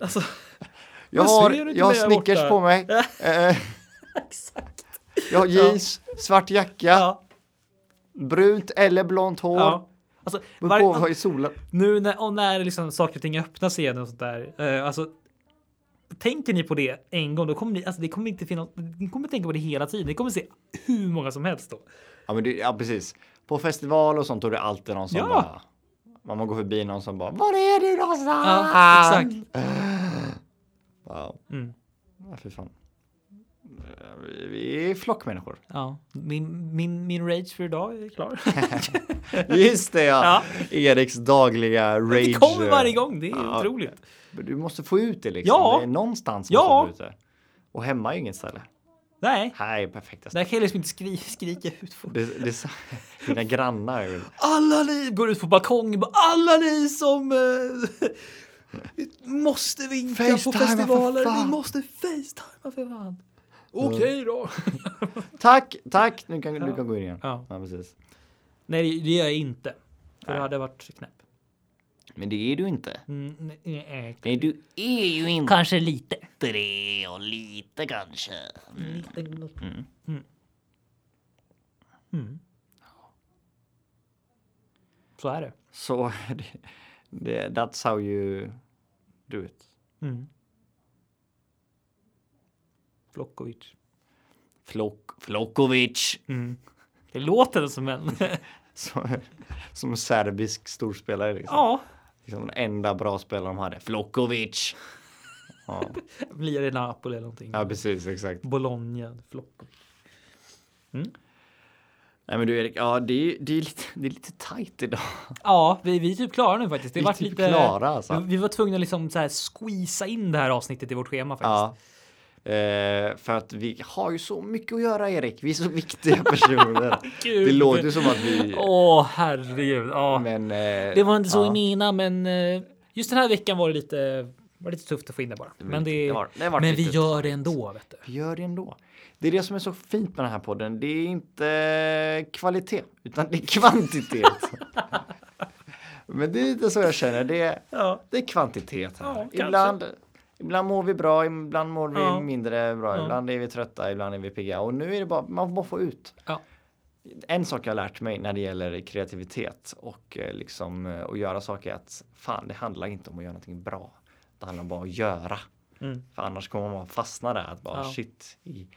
Speaker 3: Alltså,
Speaker 1: Jag
Speaker 3: Men
Speaker 1: har,
Speaker 3: ser du inte
Speaker 1: jag har
Speaker 3: mig här borta?
Speaker 1: Snickers på mig. Eh,
Speaker 3: exakt.
Speaker 1: jag har jeans, svart jacka,
Speaker 3: Ja,
Speaker 1: brunt eller blont hår.
Speaker 3: ja. Alltså,
Speaker 1: Beror
Speaker 3: varje-
Speaker 1: på vad i solen.
Speaker 3: Nu när, och när liksom saker och ting öppnas igen och sånt där. Eh, alltså, tänker ni på det en gång, då kommer ni, alltså, det kommer inte finnas, ni kommer tänka på det hela tiden. Ni kommer se hur många som helst då.
Speaker 1: Ja, men det, ja, precis. På festival och sånt då är det alltid någon som
Speaker 3: Ja.
Speaker 1: bara... Man man går förbi någon som bara Var är du någonstans?
Speaker 3: Ja, exakt.
Speaker 1: Wow.
Speaker 3: Mm.
Speaker 1: Ja, fy fan. Eh, Vi, vi är flockmänniskor.
Speaker 3: Ja, min, min, min rage för idag är klar.
Speaker 1: Just det ja.
Speaker 3: Ja.
Speaker 1: Eriks dagliga rage.
Speaker 3: det kommer varje gång, det är
Speaker 1: Ja.
Speaker 3: otroligt.
Speaker 1: Men Du måste få ut det liksom.
Speaker 3: Ja.
Speaker 1: Det är någonstans
Speaker 3: Ja.
Speaker 1: måste du få ut det. Och hemma är ju inget ställe.
Speaker 3: Nej,
Speaker 1: Här är perfekta
Speaker 3: det
Speaker 1: stället.
Speaker 3: här kan jag liksom inte skri, skrika ut. För.
Speaker 1: Det, det är så, dina grannar. är väl-
Speaker 3: Alla ni går ut på balkongen, bara, alla ni som eh, måste vinka på
Speaker 1: Facetimea för
Speaker 3: festivaler,
Speaker 1: fan. Mm.
Speaker 3: ni måste facetima för fan. Okej då.
Speaker 1: Tack, tack. Nu kan, du kan gå in igen.
Speaker 3: Ja.
Speaker 1: ja, precis.
Speaker 3: Nej, det gör jag inte. För
Speaker 1: Nej.
Speaker 3: det hade varit knäpp.
Speaker 1: Men det är du inte.
Speaker 3: Mm, nej, nej,
Speaker 1: Nej, du är ju inte
Speaker 3: Kanske lite.
Speaker 1: det och lite kanske.
Speaker 3: lite. Så är det.
Speaker 1: Så det- det, that's how you do it.
Speaker 3: Mm. Flockovic.
Speaker 1: Flok, Flokovic!
Speaker 3: Mm. Det låter som en...
Speaker 1: Som, som serbisk storspelare. Liksom.
Speaker 3: ja,
Speaker 1: Liksom den enda bra spelaren de hade. Flokovic! Ja,
Speaker 3: blir det Napoli eller någonting.
Speaker 1: ja precis, exakt.
Speaker 3: Bologna, Flockovic.
Speaker 1: Nej men du Erik, ja, det, är, det, är lite, det är lite tajt idag.
Speaker 3: Ja, vi, vi är typ klara nu faktiskt. Det
Speaker 1: Vi är
Speaker 3: vart
Speaker 1: typ
Speaker 3: lite...
Speaker 1: klara, alltså.
Speaker 3: Vi var tvungna att liksom så här squeeza in det här avsnittet i vårt schema faktiskt.
Speaker 1: Ja. Eh, för att vi har ju så mycket att göra Erik. Vi är så viktiga personer.
Speaker 3: Gud.
Speaker 1: det låter ju som att vi...
Speaker 3: Åh, herregud. Ja.
Speaker 1: Men, eh,
Speaker 3: Det var inte så
Speaker 1: ja.
Speaker 3: i mina, men eh, just den här veckan var det lite, var det lite tufft att få in det bara. Men, det,
Speaker 1: det var- det var
Speaker 3: men vi
Speaker 1: lite
Speaker 3: gör det ändå. Vet du.
Speaker 1: Vi gör det ändå. Det är det som är så fint med den här podden. Det är inte kvalitet, utan det är kvantitet. Men det är lite så jag känner. Det är,
Speaker 4: Ja.
Speaker 1: det är kvantitet. Här.
Speaker 4: kanske.
Speaker 1: ibland, ibland mår vi bra, ibland mår vi
Speaker 4: Ja.
Speaker 1: mindre bra.
Speaker 4: Ja.
Speaker 1: Ibland är vi trötta, ibland är vi pigga. Och nu är det bara, man får bara få ut.
Speaker 3: Ja.
Speaker 1: En sak jag har lärt mig när det gäller kreativitet och eh, liksom eh, att göra saker är att fan, det handlar inte om att göra någonting bra. Det handlar bara om att göra.
Speaker 4: Mm.
Speaker 1: För annars kommer man fastna där att bara
Speaker 3: Ja.
Speaker 1: shit i,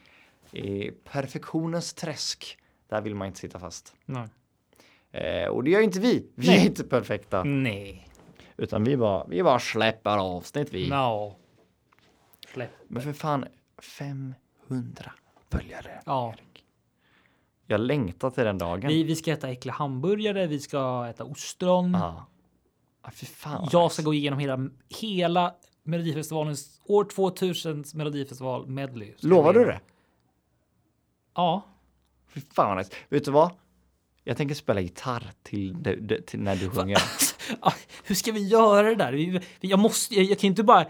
Speaker 1: i perfektionens träsk. Där vill man inte sitta fast.
Speaker 3: Nej.
Speaker 1: Eh, och det gör ju inte vi. Vi är inte perfekta.
Speaker 3: Mm. Nej.
Speaker 1: Utan vi bara, vi bara släpper avsnitt vi.
Speaker 3: No. Släpp.
Speaker 1: Men för fan, 500 följare.
Speaker 3: Ja.
Speaker 1: Jag längtar till den dagen.
Speaker 3: Vi, vi ska äta äckliga hamburgare, vi ska äta ostron.
Speaker 1: Ja. Ah, fy fan.
Speaker 3: Jag ska gå igenom hela, hela Melodifestivalens år 2000 Melodifestival medley. Ska
Speaker 1: Lovar
Speaker 3: vi-
Speaker 1: du det?
Speaker 3: Ja.
Speaker 1: Fy fan vad nice. Vet du vad? Jag tänker spela gitarr till, till, till när du sjunger.
Speaker 3: Ah, Hur ska vi göra det där? Vi, vi- jag, måste, jag, jag kan inte bara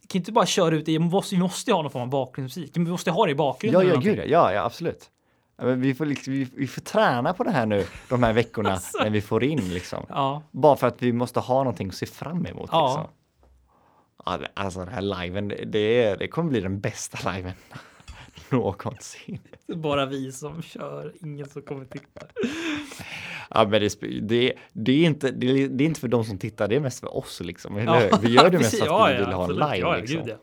Speaker 3: jag kan inte bara köra ut det. Jag måste, vi måste ju ha någon form av bakgrundsmusik. Vi måste ha det i bakgrunden.
Speaker 1: Ja, ja,
Speaker 3: eller
Speaker 1: gud, ja. ja, ja absolut. Ja, Men vi, får liksom, vi, vi får träna på det här nu de här veckorna när vi får in liksom.
Speaker 3: Alltså. Ja,
Speaker 1: Bara för att vi måste ha någonting att se fram emot.
Speaker 3: Ja.
Speaker 1: Liksom. Ja, det- Alltså den här liven, det, det, är, det kommer bli den bästa liven någonsin.
Speaker 3: det är bara vi som kör, ingen som kommer titta.
Speaker 1: Ja, men det, sp- det, det, är inte, det, det är inte för de som tittar, det är mest för oss liksom. Eller hur? Vi gör det mest
Speaker 3: precis.
Speaker 1: för att
Speaker 3: Ja,
Speaker 1: vi vill
Speaker 3: ja,
Speaker 1: ha en
Speaker 3: absolut.
Speaker 1: live.
Speaker 3: Ja, ja,
Speaker 1: liksom.
Speaker 3: gud,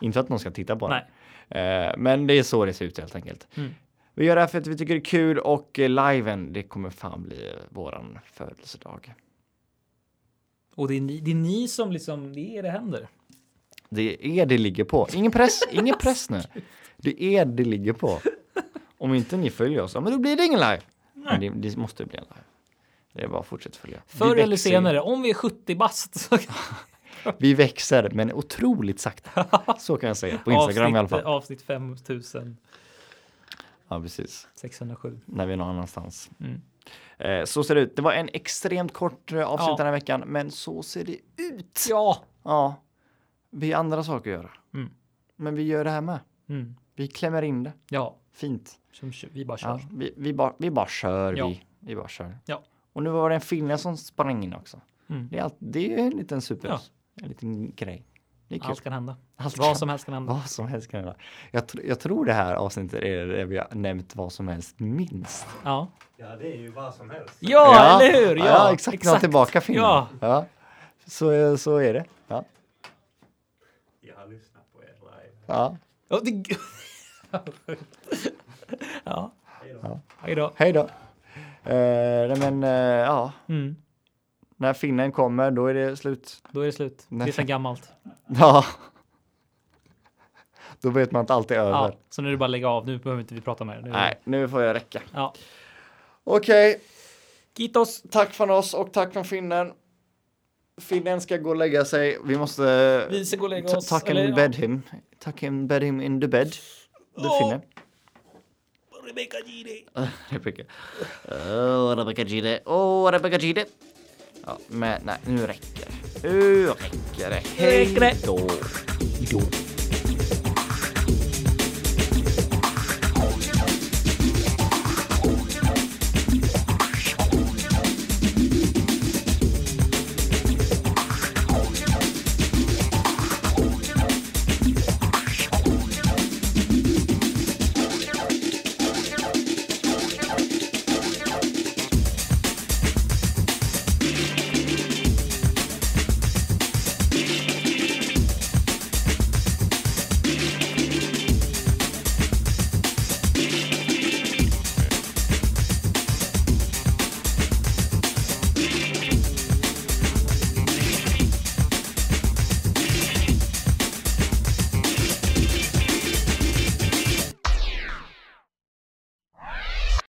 Speaker 1: Inte för att någon ska titta på
Speaker 3: ja. Nej.
Speaker 1: den. Eh, Men det är så det ser ut helt enkelt.
Speaker 3: Mm.
Speaker 1: Vi gör det här för att vi tycker det är kul och eh, liven, det kommer fan bli eh, våran födelsedag.
Speaker 3: Och det är, ni, det är ni som liksom, det är det händer.
Speaker 1: Det är det ligger på. Ingen press, ingen press nu. Det är det ligger på. Om inte ni följer oss, ja, men då blir det ingen live. Men det, det måste bli en live. Det är bara att fortsätta följa. Vi
Speaker 3: Förr eller
Speaker 1: växer-
Speaker 3: senare, om vi är 70 bast så
Speaker 1: Vi växer, men otroligt sakta. Så kan jag säga på Instagram
Speaker 3: avsnitt,
Speaker 1: i alla fall.
Speaker 3: avsnitt 5607.
Speaker 1: Ja, precis. när vi är någon annanstans.
Speaker 3: Mm.
Speaker 1: Eh, så ser det ut. Det var en extremt kort eh, avsnitt
Speaker 3: Ja.
Speaker 1: den här veckan, men så ser det ut.
Speaker 3: Ja!
Speaker 1: Ja, vi har andra saker att göra.
Speaker 3: Mm.
Speaker 1: Men vi gör det här med.
Speaker 3: Mm.
Speaker 1: Vi klämmer in det.
Speaker 3: Ja,
Speaker 1: Fint.
Speaker 3: som, kö- vi bara kör.
Speaker 1: Ja, vi, vi, bara, vi bara kör.
Speaker 3: Ja.
Speaker 1: Vi. vi bara kör.
Speaker 3: Ja.
Speaker 1: Och nu var det en finne som sprang in också.
Speaker 3: Mm.
Speaker 1: Det, är allt, det är ju en liten super. En liten grej. Det är kul.
Speaker 3: Allt kan hända.
Speaker 1: Allt kan-
Speaker 3: Vad som helst kan hända.
Speaker 1: Vad som helst kan hända. Jag, tr- jag tror det här avsnittet är det vi har nämnt vad som helst minst.
Speaker 3: Ja,
Speaker 2: Ja, det är ju vad som helst.
Speaker 3: ja, eller hur? Ja,
Speaker 1: exakt. exakt. tillbaka finnen.
Speaker 3: Ja.
Speaker 1: Ja. Så, så är det. Ja.
Speaker 2: Jag har lyssnat på er live.
Speaker 1: Ja.
Speaker 3: Ja, det... ja.
Speaker 2: Hej då.
Speaker 3: Hej då.
Speaker 1: Hej då. Eh, nej men eh, ja,
Speaker 3: Mm,
Speaker 1: när finnen kommer då är det slut.
Speaker 3: då är det slut. Det är
Speaker 1: Nej.
Speaker 3: sedan gammalt.
Speaker 1: Ja. Då vet man att allt är över.
Speaker 3: Ja, så nu är det bara att lägga av. Nu behöver inte vi prata mer. Nu.
Speaker 1: Nej, nu får jag räcka.
Speaker 3: Ja.
Speaker 1: Okej,
Speaker 3: Kitos.
Speaker 1: tack från oss och tack från finnen. Finnen ska gå och lägga sig. Vi måste
Speaker 3: Vi ska gå och lägga
Speaker 1: ta-
Speaker 3: oss.
Speaker 1: tuck him
Speaker 3: eller-
Speaker 1: in bed him. Tuck him bed him in the bed. The
Speaker 3: Åh.
Speaker 1: finne.
Speaker 3: Rebecca Giri.
Speaker 1: Rebecca. Åh, Rebecca Gide. Åh, Rebecca Gide. Ja, men nej, nu räcker det. Nu räcker det. Hej
Speaker 3: Räcker det.
Speaker 1: då. Hej då.